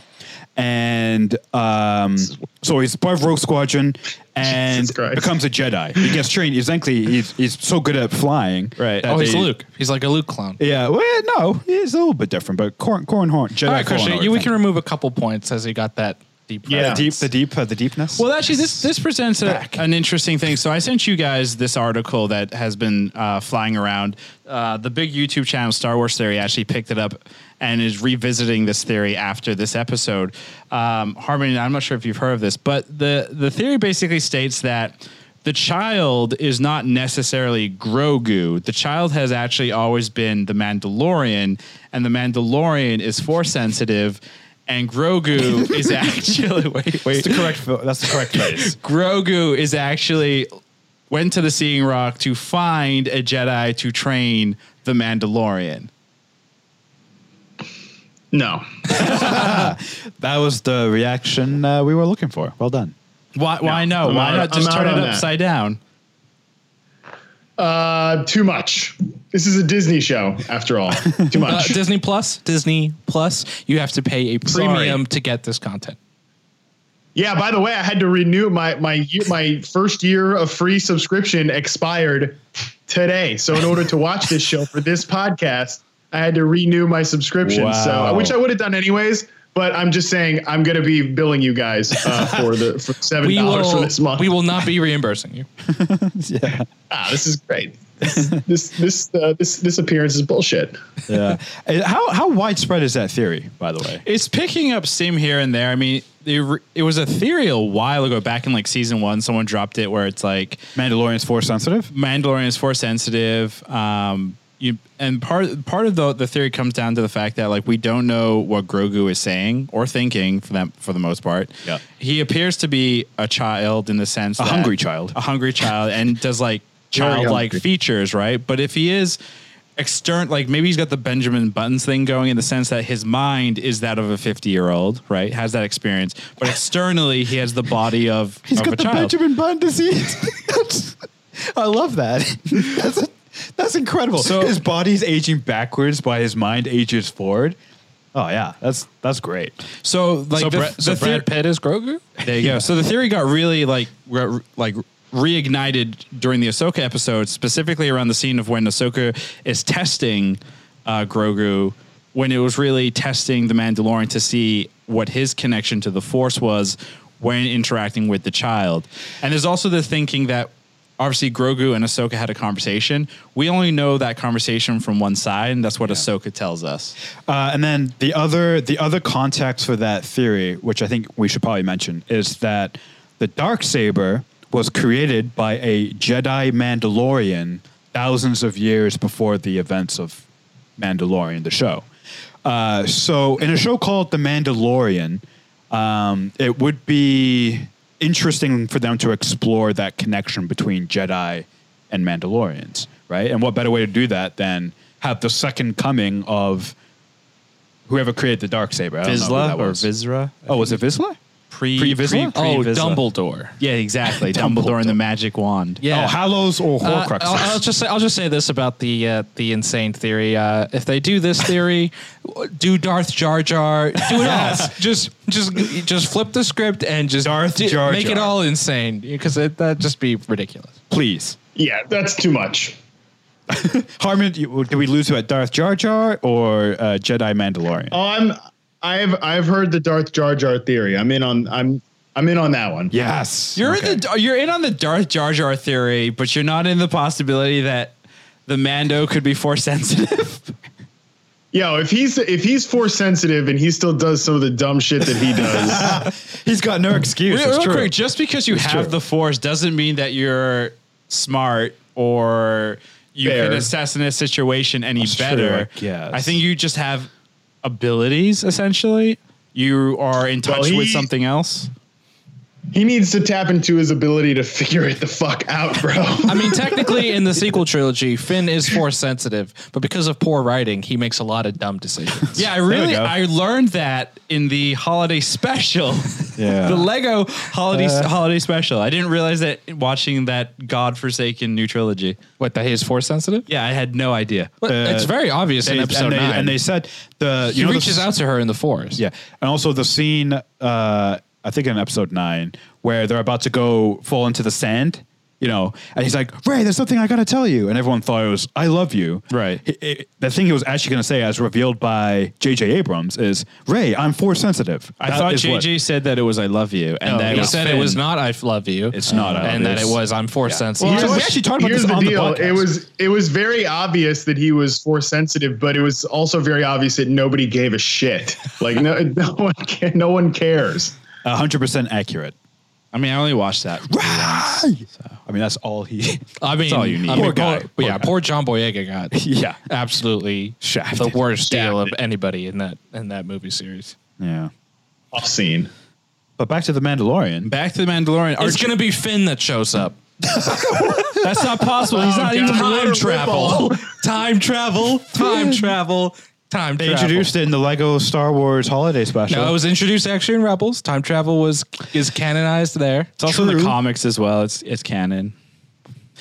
And um, so he's part of Rogue Squadron and
Jesus Christ.
becomes a Jedi. He gets trained. Essentially, he's, he's so good at flying.
Right.
that
Oh,
Oh, he's
they-
Luke. He's like a Luke clone.
Yeah, well, no, he's a little bit different, but Corin, Corin Horn, Jedi.
All right,
Corin
Christian,
Horn.
you, we can remove a couple points as he got that deep. breath.
Yeah.
Uh, the deep, the deep, uh, the deepness.
Well, actually, this this presents a, an interesting thing. So I sent you guys this article that has been uh, flying around. Uh, the big YouTube channel Star Wars Theory actually picked it up and is revisiting this theory after this episode. Um, Harmon, I'm not sure if you've heard of this, but the the theory basically states that the child is not necessarily Grogu. The child has actually always been the Mandalorian, and the Mandalorian is force sensitive. And Grogu is actually wait wait
that's the correct. fo- That's the correct phrase.
Grogu is actually went to the Seeing Rock to find a Jedi to train the Mandalorian.
No.
That was the reaction uh, we were looking for. Well done.
Why? Why
No,
no?
I'm
Why
out-
not just
I'm out
turn it
on that.
upside down?
Uh, too much. This is a Disney show, after all. Too
Uh,
much.
Disney Plus, Disney Plus, you have to pay a
Sorry.
premium to get this content.
yeah. By the way, I had to renew my my ye- my first year of free subscription expired today. So in order to watch this show for this podcast, I had to renew my subscription.
Wow.
So which I would have done anyways. But I'm just saying I'm going to be billing you guys uh, for the for seven
We
dollars for
will,
this month.
we will not be reimbursing you.
Yeah.
Ah, this is great. this this uh, this this appearance is bullshit.
yeah. Uh, How how widespread is that theory, by the way?
It's picking up steam here and there. I mean, they re- it was a theory a while ago, back in like season one. Someone dropped it where it's like
Mandalorian's force sensitive.
Mandalorian is force sensitive. Um, you and part part of the the theory comes down to the fact that like we don't know what Grogu is saying or thinking for them for the most part.
Yeah.
he appears to be a child in the sense a
hungry child.
a hungry child, and does like childlike
hungry.
features, right? But if he is external, like maybe he's got the Benjamin Buttons thing going in the sense that his mind is that of a fifty year old, right? Has that experience, but externally he has the body of
He's
of
got
a
the
child.
Benjamin Button disease. I love that. that's, that's incredible.
So-
his body's aging backwards, but his mind ages forward. Oh yeah, that's that's great.
So like
so
the,
Brad, so
the
Brad
the-
Pitt is Grogu?
There you go. So the theory got really like re- like reignited during the Ahsoka episode, specifically around the scene of when Ahsoka is testing uh, Grogu, when it was really testing the Mandalorian to see what his connection to the Force was when interacting with the child. And there's also the thinking that obviously Grogu and Ahsoka had a conversation. We only know that conversation from one side, and that's what Ahsoka tells us.
Uh, and then the other the other context for that theory, which I think we should probably mention, is that the dark saber was created by a Jedi Mandalorian thousands of years before the events of Mandalorian, the show. Uh, so, in a show called The Mandalorian, um, it would be interesting for them to explore that connection between Jedi and Mandalorians, right? And what better way to do that than have the second coming of whoever created the dark saber? I don't know who
Vizsla
that
or
was.
Vizra?
Oh, was it Vizsla?
Pre,
Pre-Vizsla?
pre-
oh,
pre-Vizsla.
Dumbledore.
Yeah, exactly. Dumbledore and the magic wand.
Yeah.
Oh, Hallows or
Uh,
Horcruxes?
I'll, I'll just say, I'll just say this about the uh, the insane theory. Uh, if they do this theory, do Darth Jar Jar, do it all. just just just flip the script and just
Darth
do-
Jar
make it
Jar.
all insane because that'd just be ridiculous.
Please.
Yeah, that's too much.
Harmon, you- did we lose you at Darth Jar Jar or uh, Jedi Mandalorian?
Oh, I'm I've I've heard the Darth Jar Jar theory. I'm in on I'm I'm in on that one.
yes.
You're in the you're in on the Darth Jar Jar theory, but you're not in the possibility that the Mando could be force sensitive.
Yo, if he's if he's force sensitive and he still does some of the dumb shit that he does,
He's got no excuse.
Real,
it's
real
true.
quick, just because you have
true.
the force doesn't mean that you're smart or you
Fair.
can assassinate a situation any
true,
better.
I guess.
I think you just have abilities essentially. You are in touch
Well,
with
he-
something else.
He needs to tap into his ability to figure it the fuck out, bro.
I mean, technically, in the sequel trilogy, Finn is force sensitive, but because of poor writing, he makes a lot of dumb decisions.
Yeah, I really
go.
I learned that in the holiday special.
Yeah.
the Lego holiday holiday special. I didn't realize that watching that godforsaken new trilogy.
What that he is force sensitive?
Yeah, I had no idea.
But it's very obvious in
Uh, They-
episode
and, they,
nine.
and they said the
he
you know the
reaches
s-
out to her in the forest.
Yeah, and also the scene uh, I think in episode nine where they're about to go fall into the sand. You know, and he's like, Ray, there's something I gotta tell you, and everyone thought it was I love you.
Right.
He- he- the thing he was actually gonna say, as revealed by J.J. Abrams, is Ray, I'm force sensitive.
I
That
thought
is what-
JJ said that it was I love you and
No,
that
he
was
said
Finn.
it was not "I love you."
It's not I
and
love
that it
you.
was I'm force sensitive.
Here's-
Well,
we actually talked about
here's
this on the podcast.
It was it was very obvious that he was force sensitive, but it was also very obvious that nobody gave a shit. Like no, no one ca- no one cares.
hundred percent accurate.
I mean, I only watched that.
I mean, that's all he.
I mean,
all you need.
I
Poor
mean,
guy. Poor
yeah,
guy.
poor John Boyega got
yeah,
absolutely
Shafted.
the worst deal of anybody in that in that movie series.
yeah.
Off scene.
But back to the Mandalorian.
Back to the Mandalorian.
It's gonna be Finn that shows up.
That's not possible. He's not even
Time travel. Time travel. Time travel. Time
They
travel.
introduced it in the Lego Star Wars Holiday Special.
No, it was introduced actually in Rebels. Time travel was is canonized there.
It's also in the
True.
comics as well. It's it's canon.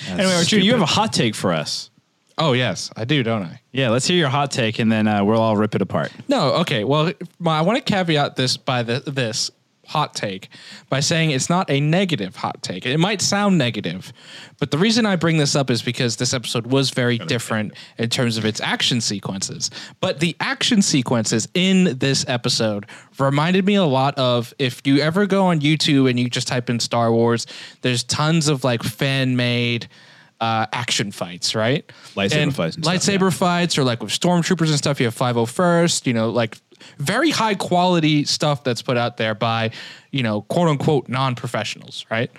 anyway, Arjun, you have a hot take for us.
Oh yes, I do, don't I?
Yeah, let's hear your hot take and then uh, we'll all rip it apart.
No, okay. Well, my, I want to caveat this by the, this hot take by saying it's not a negative hot take. It might sound negative, but the reason I bring this up is because this episode was very different in terms of its action sequences. But the action sequences in this episode reminded me a lot of if you ever go on YouTube and you just type in Star Wars, there's tons of like fan made uh, action fights, right?
Lightsaber fights and stuff,
lightsaber lightsaber fights or like with stormtroopers and stuff. You have 501st, you know, like very high quality stuff that's put out there by, you know, quote unquote non professionals, right?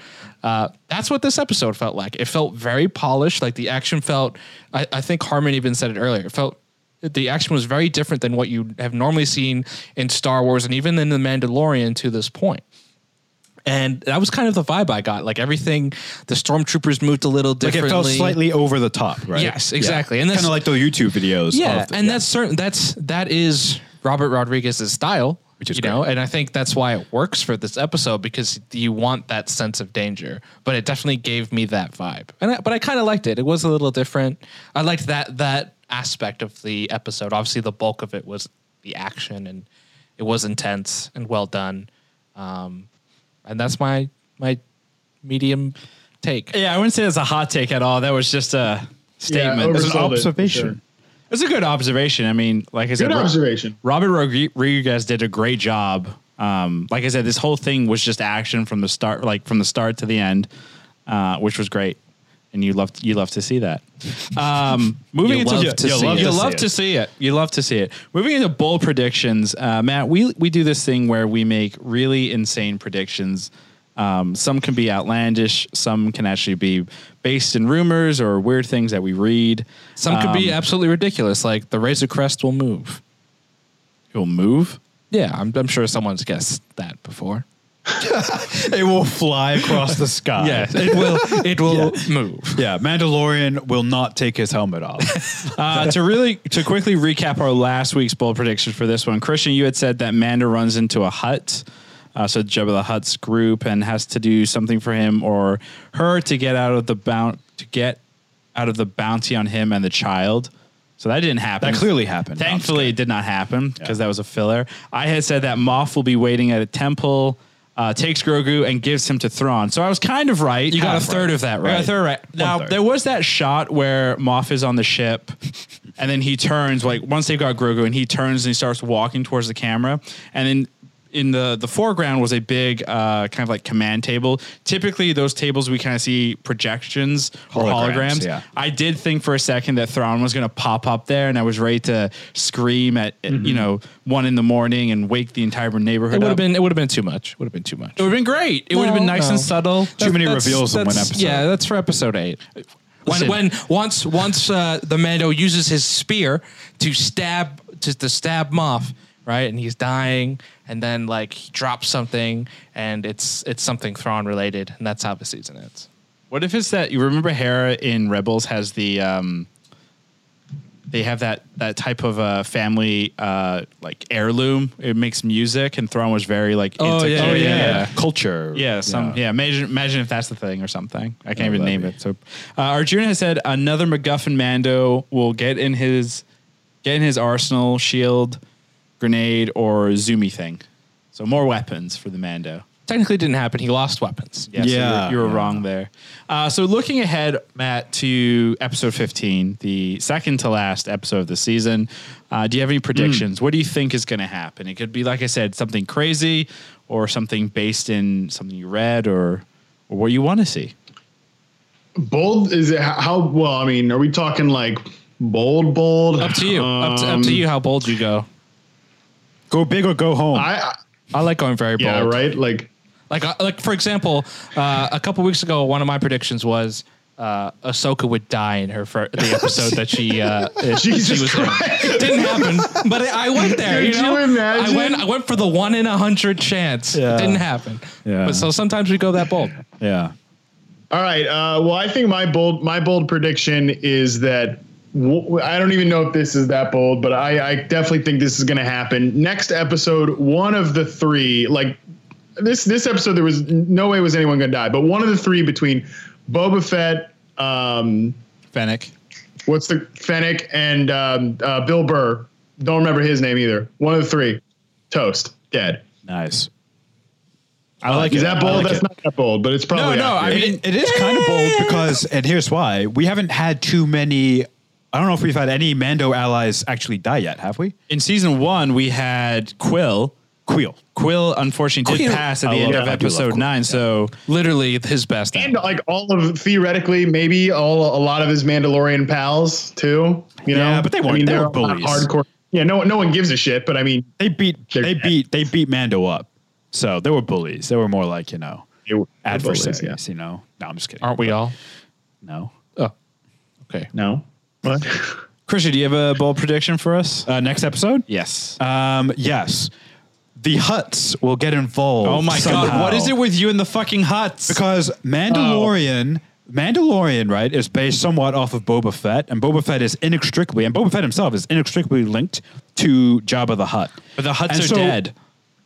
Uh, that's what this episode felt like. It felt very polished. Like the action felt, I, I think Harmon even said it earlier, it felt the action was very different than what you have normally seen in Star Wars and even in The Mandalorian to this point. And that was kind of the vibe I got. Like everything, the stormtroopers moved a little
like
differently.
it felt slightly over the top, right?
Yes, exactly. And
And
that's-
kind of like those YouTube videos.
Yeah,
of the-
and that's certain. That's that is Robert Rodriguez's style,
Which is
you know,
great.
and I think that's why it works for this episode because you want that sense of danger. But it definitely gave me that vibe, and I, but I kind of liked it. It was a little different. I liked that that aspect of the episode. Obviously, the bulk of it was the action, and it was intense and well done. Um, and that's my my medium take.
Yeah, I wouldn't say that's a hot take at all. That was just a statement.
over-
It's an
Sold it, for
observation.
It's a good observation. I mean, like I said,
Good
Ro-
observation.
Robert Rodri- Rodriguez did a great job. Um, like I said, this whole thing was just action from the start, like from the start to the end, uh, which was great. And you love you love to see that. Um, moving
You
into
love to
you
see
love,
it.
you
to
love to see it. You love to see it. Moving into bold predictions, uh, Matt, we we do this thing where we make really insane predictions. Um, some can be outlandish. Some can actually be based in rumors or weird things that we read.
Some could
Um,
be absolutely ridiculous, like the Razor Crest will move.
You'll move.
Yeah, I'm, I'm sure someone's guessed that before.
It will fly across the sky.
it will. It will move.
Yeah. Mandalorian will not take his helmet off.
Uh, to really to quickly recap our last week's bold prediction for this one, Christian, you had said that Manda runs into a hut, uh, so Jabba the Hutt's group, and has to do something for him or her to get out of the bound to get out of the bounty on him and the child. So that didn't happen.
That clearly happened.
Thankfully, it did not happen because that was a filler. I had said that Moff will be waiting at a temple, uh, takes Grogu and gives him to Thrawn. So I was kind of right.
You got a
Half
third of
I
that
got a
right.
third right. Now
third.
there was that shot where Moff is on the ship, and then he turns like once they've got Grogu, and he turns and he starts walking towards the camera, and then. In the, the foreground was a big uh, kind of like command table. Typically, those tables we kind of see projections or
Holograms,
holograms.
yeah.
I did think for a second that Thrawn was going to pop up there, and I was ready to scream at
Mm-hmm.
you know one in the morning and wake the entire neighborhood.
It would
up.
have been. It would have been too much. Would have been too much.
It would have been great. It would have been
No,
nice
no.
and subtle.
Too many reveals in one
That's-
episode.
Yeah, that's for episode eight. When,
Listen.
when once once uh, the Mando uses his spear to stab to, to stab Moff, right, and he's dying, and then like he drops something, and it's it's something Thrawn related, and that's how the season ends.
What if it's that you remember Hera in Rebels has the um they have that that type of uh family uh like heirloom. It makes music and Thrawn was very like
Oh, yeah,
culture.
yeah, yeah.
Culture.
Yeah, some yeah. Imagine, imagine if that's the thing or something. I can't even name it. So, uh, Arjuna has said another MacGuffin Mando will get in his get in his arsenal shield, grenade, or zoomy thing. So more weapons for the Mando.
Technically, it didn't happen. He lost weapons.
Yeah, so
Yeah.
you were, you were
Yeah.
wrong there. Uh, so looking ahead, Matt, to episode 15, the second to last episode of the season, uh, do you have any predictions? What do you think is going to happen? It could be, like I said, something crazy or something based in something you read or, or what you want to see.
Bold is it how well? I mean, are we talking like bold, bold? Um,
Up to you. up, to, up to you how bold you go.
Go big or go home.
I, I
I like going very bold.
yeah, right. Like
Like, uh, like for example, uh, a couple weeks ago, one of my predictions was uh, Ahsoka would die in her fir- the episode that she uh, she
Jesus
was
Christ.
in. Didn't happen, but I went there.
Could
you, know?
you imagine?
I went. I went for the one in a hundred chance.
Yeah.
It didn't happen.
Yeah.
But so sometimes we go that bold.
yeah.
All right. Uh, well, I think my bold my bold prediction is that w- I don't even know if this is that bold, but I, I definitely think this is going to happen. Next episode, one of the three, like this this episode, there was no way was anyone going to die, but one of the three between Boba Fett, um,
Fennec.
what's the Fennec and um, uh, Bill Burr. Don't remember his name either. One of the three, toast, dead.
Nice.
I like
Is that bold? That's not that bold, but it's probably
no, I
accurate.
mean-
It- it is kind of bold because, and here's why: we haven't had too many. I don't know if we've had any Mando allies actually die yet, have we?
In season one, we had Quill.
Quill.
Quill, unfortunately, did
Quill.
pass at the
I
end
love-
of
I do love
episode
Quill,
nine. So
Literally his best.
and like all of theoretically maybe all a lot of his Mandalorian pals too. You know,
Yeah, but they weren't- they
they're
were bullies.
hardcore. Yeah, no, no one gives a shit. But I mean,
They beat.
They're
they
dead.
beat. They beat Mando up. So they were bullies. They were more like you know
they were- they're bullies,
adversaries.
yeah.
You know. No, I'm just kidding.
Aren't we all?
No.
Oh, okay.
No, what?
Christian, do you have a bold prediction for us?
Uh, next episode.
Yes.
Um. Yes. The Huts will get involved.
oh my god!
somehow.
What is it with you and the fucking huts?
Because Mandalorian,
Oh.
Mandalorian, right, is based somewhat off of Boba Fett, and Boba Fett is inextricably, and Boba Fett himself is inextricably linked to Jabba the Hutt.
But the Huts
And
are
so-
dead.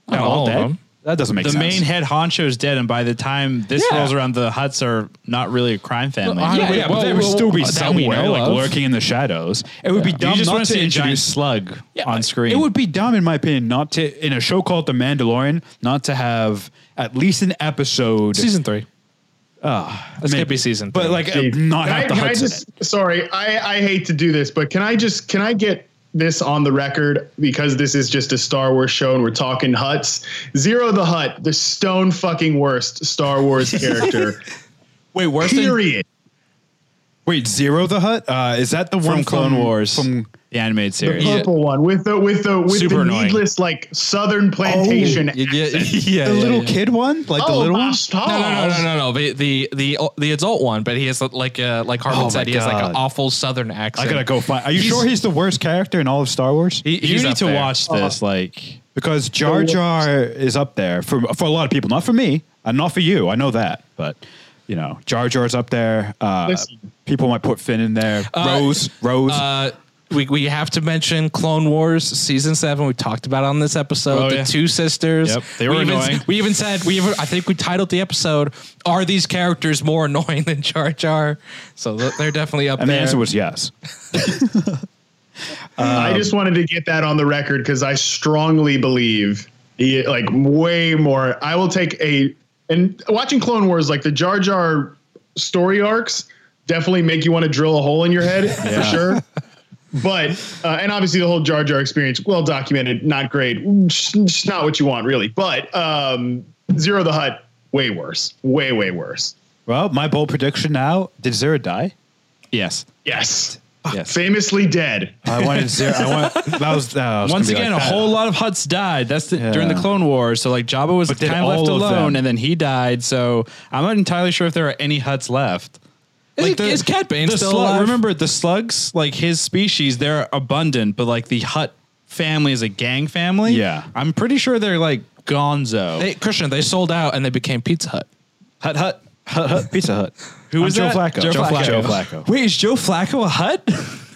They're
Not all
all
of
dead.
them.
That doesn't make
The
sense.
main head honcho is dead, and by the time this
Yeah.
rolls around, the Huts are not really a crime family.
I-
yeah,
Wait,
yeah, but
whoa,
they would
whoa,
still be
whoa, that we
somewhere,
know
like
of.
lurking in the shadows. It would be dumb
you just
not
want to
to
see a giant
introduce
slug on screen.
It would be dumb, in my opinion, not to in a show called The Mandalorian, not to have at least an episode.
Season three.
Ah,
This
maybe.
could be season three.
but like uh,
Can
not
I,
have the
can I
Huts in it.
just sorry, I I hate to do this, but can I just can I get this on the record because this is just a Star Wars show and we're talking huts. Zero the Hut, the stone fucking worst Star Wars character.
Wait, worse
period.
Wait, Zero the Hut? Uh, is that the
than
one
from Clone Wars,
From
the animated series.
Purple one with the with the with
Super
the
annoying.
needless like southern plantation Oh,
yeah,
the little kid one, like Oh, the little
my
one?
stars.
No, no, no,
Oh.
no, no, no. The the the, uh, the adult one, but he has like uh, like Harmon
Oh
said,
my
he has like
God.
an awful Southern accent.
I gotta go find. Are you sure he's the worst character in all of Star Wars?
He-
You
he's
need
up
to
there.
watch
Uh-huh.
this. Like,
because Jar Jar is up there for for a lot of people, not for me, and not for you. I know that, but you know, Jar Jar's up there. Uh,
Listen.
people might put Finn in there. Rose, Rose.
Uh, we, we have to mention Clone Wars season seven. We talked about it on this episode.
Oh,
the
yeah.
two sisters.
Yep, they were
we even,
annoying.
We even said we. Even, I think we titled the episode "Are these characters more annoying than Jar Jar?" So th- they're definitely up
and the
there.
answer was yes.
I just wanted to get that on the record because I strongly believe, he, like, way more. I will take a and watching Clone Wars, like the Jar Jar story arcs, definitely make you want to drill a hole in your head for sure. But uh, and obviously the whole Jar Jar experience, well documented, not great, just just not what you want really. But um, Zero the Hut, way worse, way way worse.
Well, my bold prediction now: Did Zero die?
yes,
Yes,
yes.
famously dead.
I wanted Zero. I want that was, that was
Once
gonna be
again,
like
a
that.
whole lot of Huts died. That's the, during the
Yeah.
Clone Wars. So like Jabba was
did
kind of left
all of
alone,
them-
and then he died. So I'm not entirely sure if there are any Huts left.
Is, it- is Cad Bane
the
still
slug-
alive?
Remember the slugs, like his species, they're abundant, but like the hut family is a gang family.
Yeah.
I'm pretty sure they're like Gonzo.
They, Christian, they sold out and they became Pizza Hut.
Hut Hut Hut Hut Pizza Hut.
Who
I'm
was
Joe
that?
Flacco?
Joe Flacco.
Joe Flacco. Uh,
Wait, is Joe Flacco a Hut?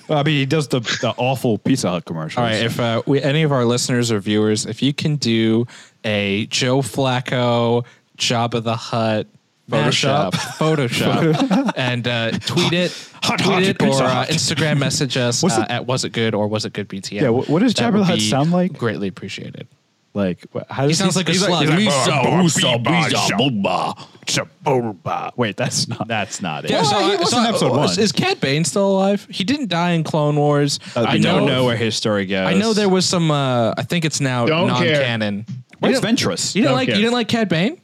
I mean, he does the, the awful Pizza Hut commercials.
All right, if uh, we, any of our listeners or viewers, if you can do a Joe Flacco job of the Hut
Photoshop.
Photoshop, Photoshop, and uh, tweet it,
Hut,
tweet
hut,
it,
Pizza
or uh,
Hut.
Instagram message us
What's
uh,
the-
at Was It Good or Was It Good BTM.
Yeah, wh- what does
That
Jabba the
would
Hutt
be
sound like?
Greatly appreciated.
like, wh- how does
He sounds like a
he's
slug.
he's
Misa,
"Bah,
busa,
bah,
busa,
shabumba, shabumba." Wait, that's not
That's not it.
Yeah,
so he
I- oh,
was in episode
Is,
one.
is Cad Bane still alive? He didn't die in Clone Wars.
That'd
I
be
don't
dope.
know where his story goes.
I know there was some. Uh, I think it's now
Don't care.
non-canon.
Where's Ventress?
You didn't
Don't
like.
care.
You didn't like Cad Bane.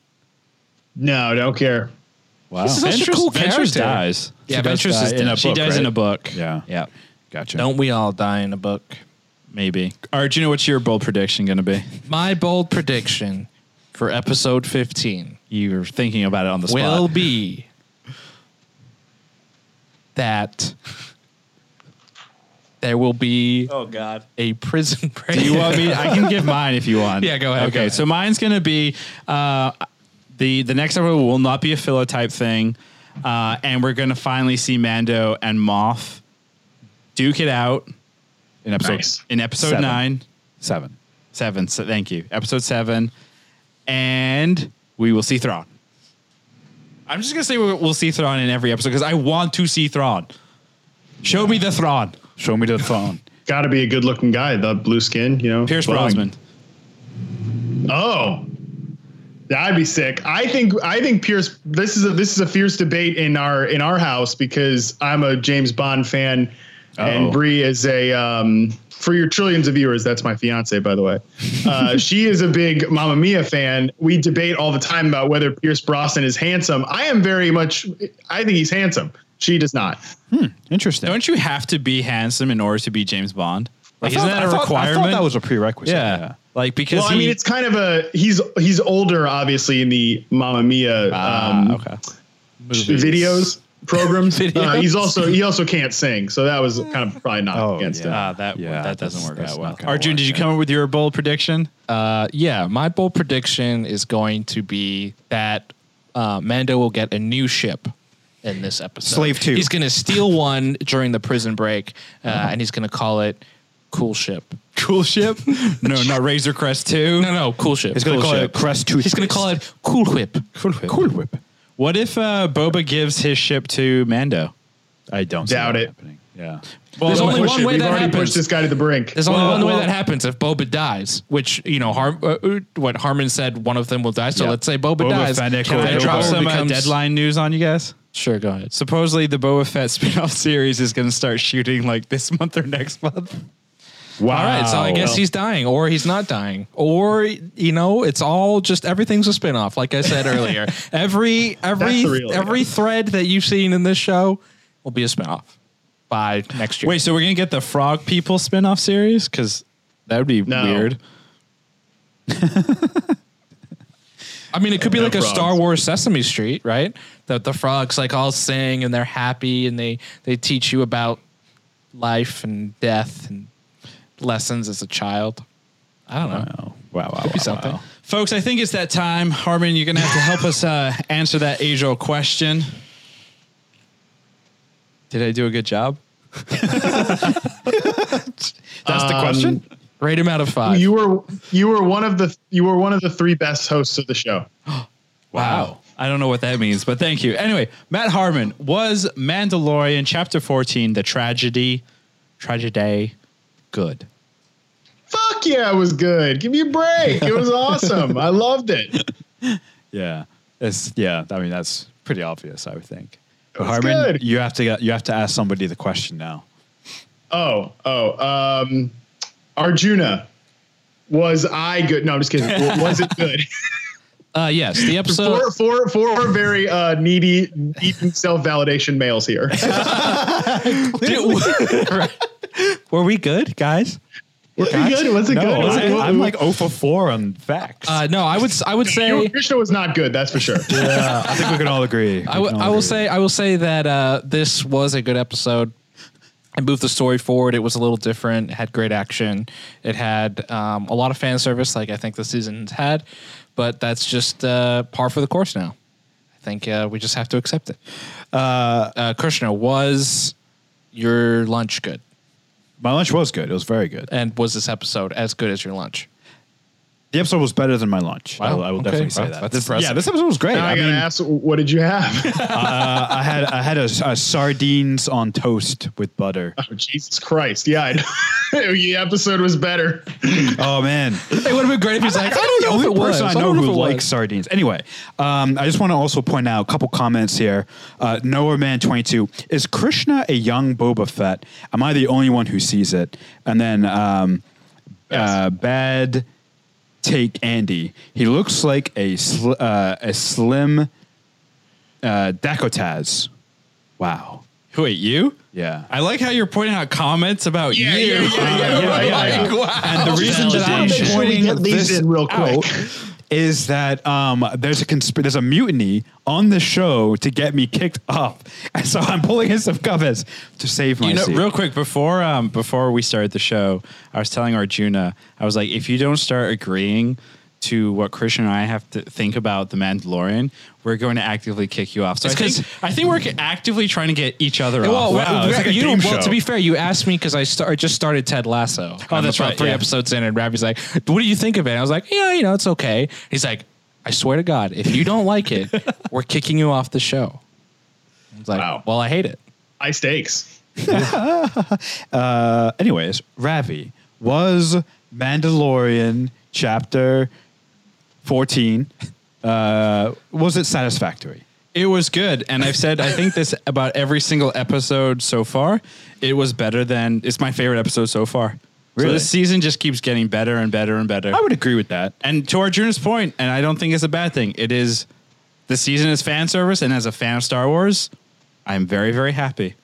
No, don't care.
wow.
He's such a cool
Ventress
character.
dies.
Yeah,
She does
Ventress
die
is
in
dead.
a
She
book,
dies in
right?
a book.
Yeah.
Yeah.
Gotcha.
Don't we all die in a book?
Maybe. All right, Gina, what's your bold prediction going to be?
My bold prediction for episode 15
You're thinking about it on the spot.
will be that there will be
oh, God.
a prison break.
Do you want me? I can give mine if you want.
Yeah, go ahead,
Okay,
go ahead.
so mine's gonna be uh, the the next episode will not be a filler type thing, uh, and we're gonna finally see Mando and Moth duke it out
in episode
Nice.
in episode
Seven.
nine,
seven.
seven. So thank you, episode seven, and we will see Thrawn. I'm just gonna say we'll we'll see Thrawn in every episode because I want to see Thrawn. Show me the Thrawn,
Show me the phone.
Got to be a good looking guy. The blue skin, you know.
Pierce
Blowing.
Brosnan.
Oh, that'd be sick. I think I think Pierce. This is a this is a fierce debate in our in our house because I'm a James Bond fan,
Uh-oh.
and Brie is a um, for your trillions of viewers. That's my fiance, by the way. Uh, she is a big Mamma Mia fan. We debate all the time about whether Pierce Brosnan is handsome. I am very much. I think he's handsome. She does not.
Interesting.
Don't you have to be handsome in order to be James Bond? Like, isn't that a requirement?
I thought that was a prerequisite.
Yeah. Like because
Well, I mean, it's kind of a he's he's older, obviously, in the Mamma Mia um,
okay.
videos programs. Uh, he's also he also can't sing, so that was kind of probably not
Oh,
against
yeah.
him.
Uh,
Ah, that
Yeah,
that doesn't
that's-
work
that's
out
not
well.
gonna
Arjun,
work,
did you
yeah.
come up with your bold prediction?
Uh, yeah, my bold prediction is going to be that uh, Mando will get a new ship in this episode.
Slave two.
He's going to steal one during the prison break, uh, and he's going to call it Cool Ship.
Cool ship? no, not Razor Crest Two.
No, no, Cool Ship.
He's going to
Cool
call
Ship.
it Crest Toothpaste.
He's going to call it Cool Whip.
Cool Whip. Cool Whip.
What if uh, Boba gives his ship to Mando?
I don't see
Doubt
that
it.
Happening. Yeah.
There's
Don't
only
push
one
it.
way
We've
that
already
happens.
pushed this guy to the brink.
There's only
Well,
one way
well-
that happens if Boba dies, which you know, Har- uh, what Harmon said, one of them will die. So
Yeah.
let's say Boba,
Boba
dies.
Fennec
Can
or
Can I
Boba
drop
Fett
some uh,
becomes-
deadline news on you guys?
um, Sure, go ahead.
Supposedly, the Boba Fett spin-off series is going to start shooting like this month or next month.
Wow.
All right, so I guess he's dying, or he's not dying, or you know, it's all just everything's a spinoff. Like I said earlier, every every
the real idea.
every thread that you've seen in this show will be a spinoff by next year.
Wait, so we're going to get the Frog People spin-off series? Because that would be
No.
weird.
I mean, it could be
No
like a
frogs.
Star Wars Sesame Street, right? That the frogs like all sing and they're happy and they they teach you about life and death and lessons as a child. I don't know.
Wow. Wow. wow,
Could be something.
Folks, I think it's that time. Harmon, you're going to have to help us uh, answer that age old question. Did I do a good job?
That's the question?
Rate him out of five.
You were you were one of the you were one of the three best hosts of the show.
Wow. I don't know what that means, but thank you. Anyway, Matt Harmon, was Mandalorian Chapter 14 the tragedy, tragedy good?
Fuck yeah, it was good. Give me a break. It was awesome. I loved it.
Yeah. It's, yeah. I mean, that's pretty obvious, I would think. But
was
Harmon,
good.
you have to get, you have to ask somebody the question now.
Oh oh. Um, Arjuna, was I good? No, I'm just kidding. Was it good?
uh, yes, the episode.
four, four, four very uh, needy, needy self-validation males here.
Were we good, guys?
Was it good? Was it
No,
good? Was it-
I, am like 0 for 4 on facts.
Uh, no, I would s- I would
Your
say
Krishna was not good, that's for sure.
yeah, I think we can all agree.
I, w- I will say I will say that uh, this was a good episode. It moved the story forward. It was a little different. It had great action. It had um, a lot of fan service, like I think the season's had. But that's just uh, par for the course now. I think uh, we just have to accept it. Uh, Krishna, was your lunch good?
My lunch was good. It was very good.
And was this episode as good as your lunch?
The episode was better than my lunch.
Wow.
I will, I will
Okay.
definitely say
Wow.
that.
That's
This-
impressive.
yeah, this episode was great.
Now I,
I
gotta
mean,
ask, what did you have?
uh, I had I had a, a sardines on toast with butter.
oh, Jesus Christ! Yeah, I know. the episode was better.
Oh man,
It would have been great if he's like,
the
I don't know
only
if it was.
person I
don't
know
if
who
it was."
likes sardines. Anyway, um, I just want to also point out a couple comments here. Uh, Noah Man twenty two is Krishna a young Boba Fett? Am I the only one who sees it? And then um, uh, bad take Andy. He looks like a sl- uh, a slim uh, Dakotaz. Wow.
Wait, you?
Yeah.
I like how you're pointing out comments about
Yeah,
you.
yeah, yeah, yeah, yeah,
yeah. And the reason that I'm
Make sure we
pointing
get these
this
in real quick.
out is that um, there's a consp- there's a mutiny on the show to get me kicked off, and so I'm pulling in some covers to save my
You know,
seat.
real quick before um, before we started the show, I was telling Arjuna, I was like, if you don't start agreeing to what Christian and I have to think about the Mandalorian, we're going to actively kick you off. So I
It's 'cause-
think, I think we're ca- actively trying to get each other
Well,
off.
wow,
well,
it's like a
you,
game
well
show.
to be fair, you asked me because I, sta- I just started Ted Lasso. Oh,
that's right,
Three
yeah.
episodes in, and Ravi's like, "What do you think of it?" And I was like, "Yeah, you know, it's okay." He's like, "I swear to God, if you don't like it, we're kicking you off the show." I was like,
Wow.
"Well, I hate it."
High stakes.
Uh, anyways, Ravi was Mandalorian chapter fourteen. Uh, was it satisfactory?
It was good, and I've said I think this about every single episode so far. It was better than it's my favorite episode so far. So
Really?
this season just keeps getting better and better and better.
I would agree with that.
And to Arjuna's point, and I don't think it's a bad thing. It is the season is fan service, and as a fan of Star Wars, I'm very very happy.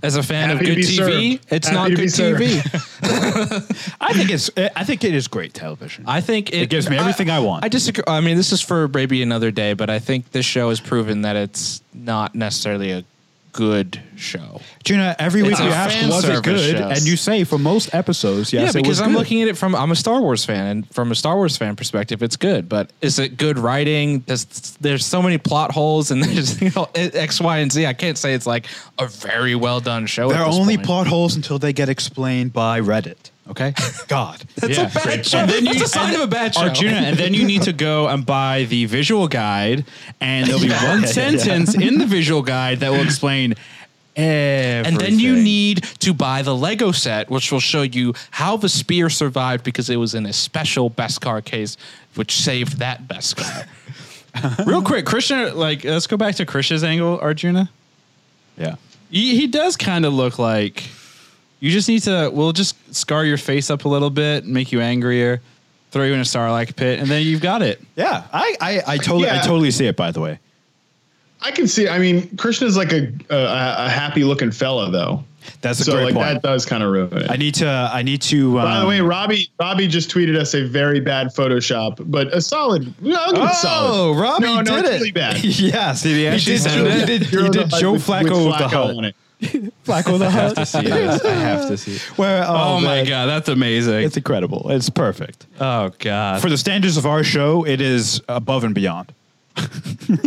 As a fan
Happy
of
to
good
be
TV,
served.
it's
Happy
not
to
good
be served.
TV.
I think it's I think it is great television.
I think it,
gives me everything I want.
I disagree. I mean, this is for maybe another day, but I think this show has proven that it's not necessarily a good show.
Juna, every week
It's
you
a
ask,
fan
was it
service
good?
show.
And you say for most episodes, yes,
yeah,
it was
because I'm
good.
looking at it from I'm a Star Wars fan, and from a Star Wars fan perspective, it's good. But is it good writing? Does, there's so many plot holes, and there's you know, X, Y, and Z. I can't say it's like a very well done show.
There
at
are
this
only
point.
plot holes until they get explained by Reddit. Okay, God,
That's a bad show.
And then
That's
you-
a sign of a bad show.
Arjuna, and then you need to go and buy the visual guide, and there'll be one sentence in the visual guide that will explain everything.
and then you need to buy the Lego set, which will show you how the spear survived because it was in a special best car case, which saved that best car.
real quick, Krishna. Like, let's go back to Krishna's angle, Arjuna.
yeah.
He, he does kind of look like you just need to. We'll just scar your face up a little bit, make you angrier, throw you in a starlight pit, and then you've got it.
Yeah, I, I, I totally, I
Yeah.
totally see it. By the way,
I can see. I mean, Krishna's like a a, a happy looking fella though.
that's a
so
great
like
point.
that does kind of ruin it.
I need to, I need to. Um,
By the way, Robbie Robbie just tweeted us a very bad Photoshop, but a solid. no, I'll give it
oh,
solid.
Robbie
no, no,
did
it's
it.
really bad.
yes, he did. He
Zero the-
did,
zero
he
the
did
Hut
Joe
with- with
Flacco with the
Flacco
hut.
on it.
Flacco the hut.
see this. I have to see. It.
Where,
Oh,
oh,
my
man,
god, that's amazing.
it's incredible. It's perfect
Uh,
oh god.
for the standards of our show. It is above and beyond.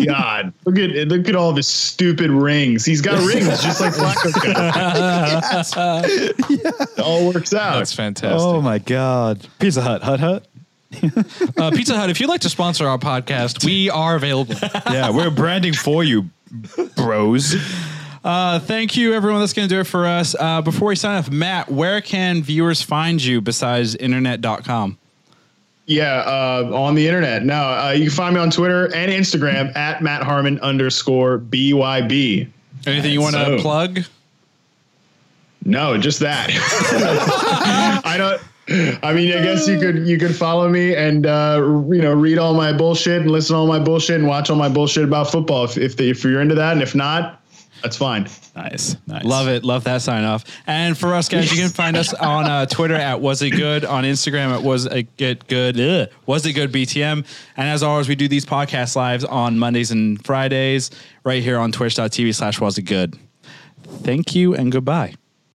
God, look at look at all the stupid rings. He's got rings just like Flacco's got. It all works out.
That's fantastic.
Oh my God, Pizza Hut, Hut Hut.
Uh, Pizza Hut, if you'd like to sponsor our podcast, we are available.
yeah, we're branding for you, bros.
Uh, thank you, everyone. That's going to do it for us. Uh, before we sign off, Matt, where can viewers find you besides internet.com?
Yeah, uh, on the internet. No, uh, you can find me on Twitter and Instagram at Matt Harmon underscore BYB.
Anything you want to
So-
plug?
No, just that. I don't. I mean, I guess you could you could follow me and uh, you know read all my bullshit and listen to all my bullshit and watch all my bullshit about football if if, if you're into that and if not, that's fine.
Nice, nice.
Love it. Love that sign off. And for us guys, you can find us on uh, Twitter at was it good, on Instagram at was it get good, ugh, was it good BTM. And as always, we do these podcast lives on Mondays and Fridays right here on twitch.tv slash was it good. Thank you and goodbye.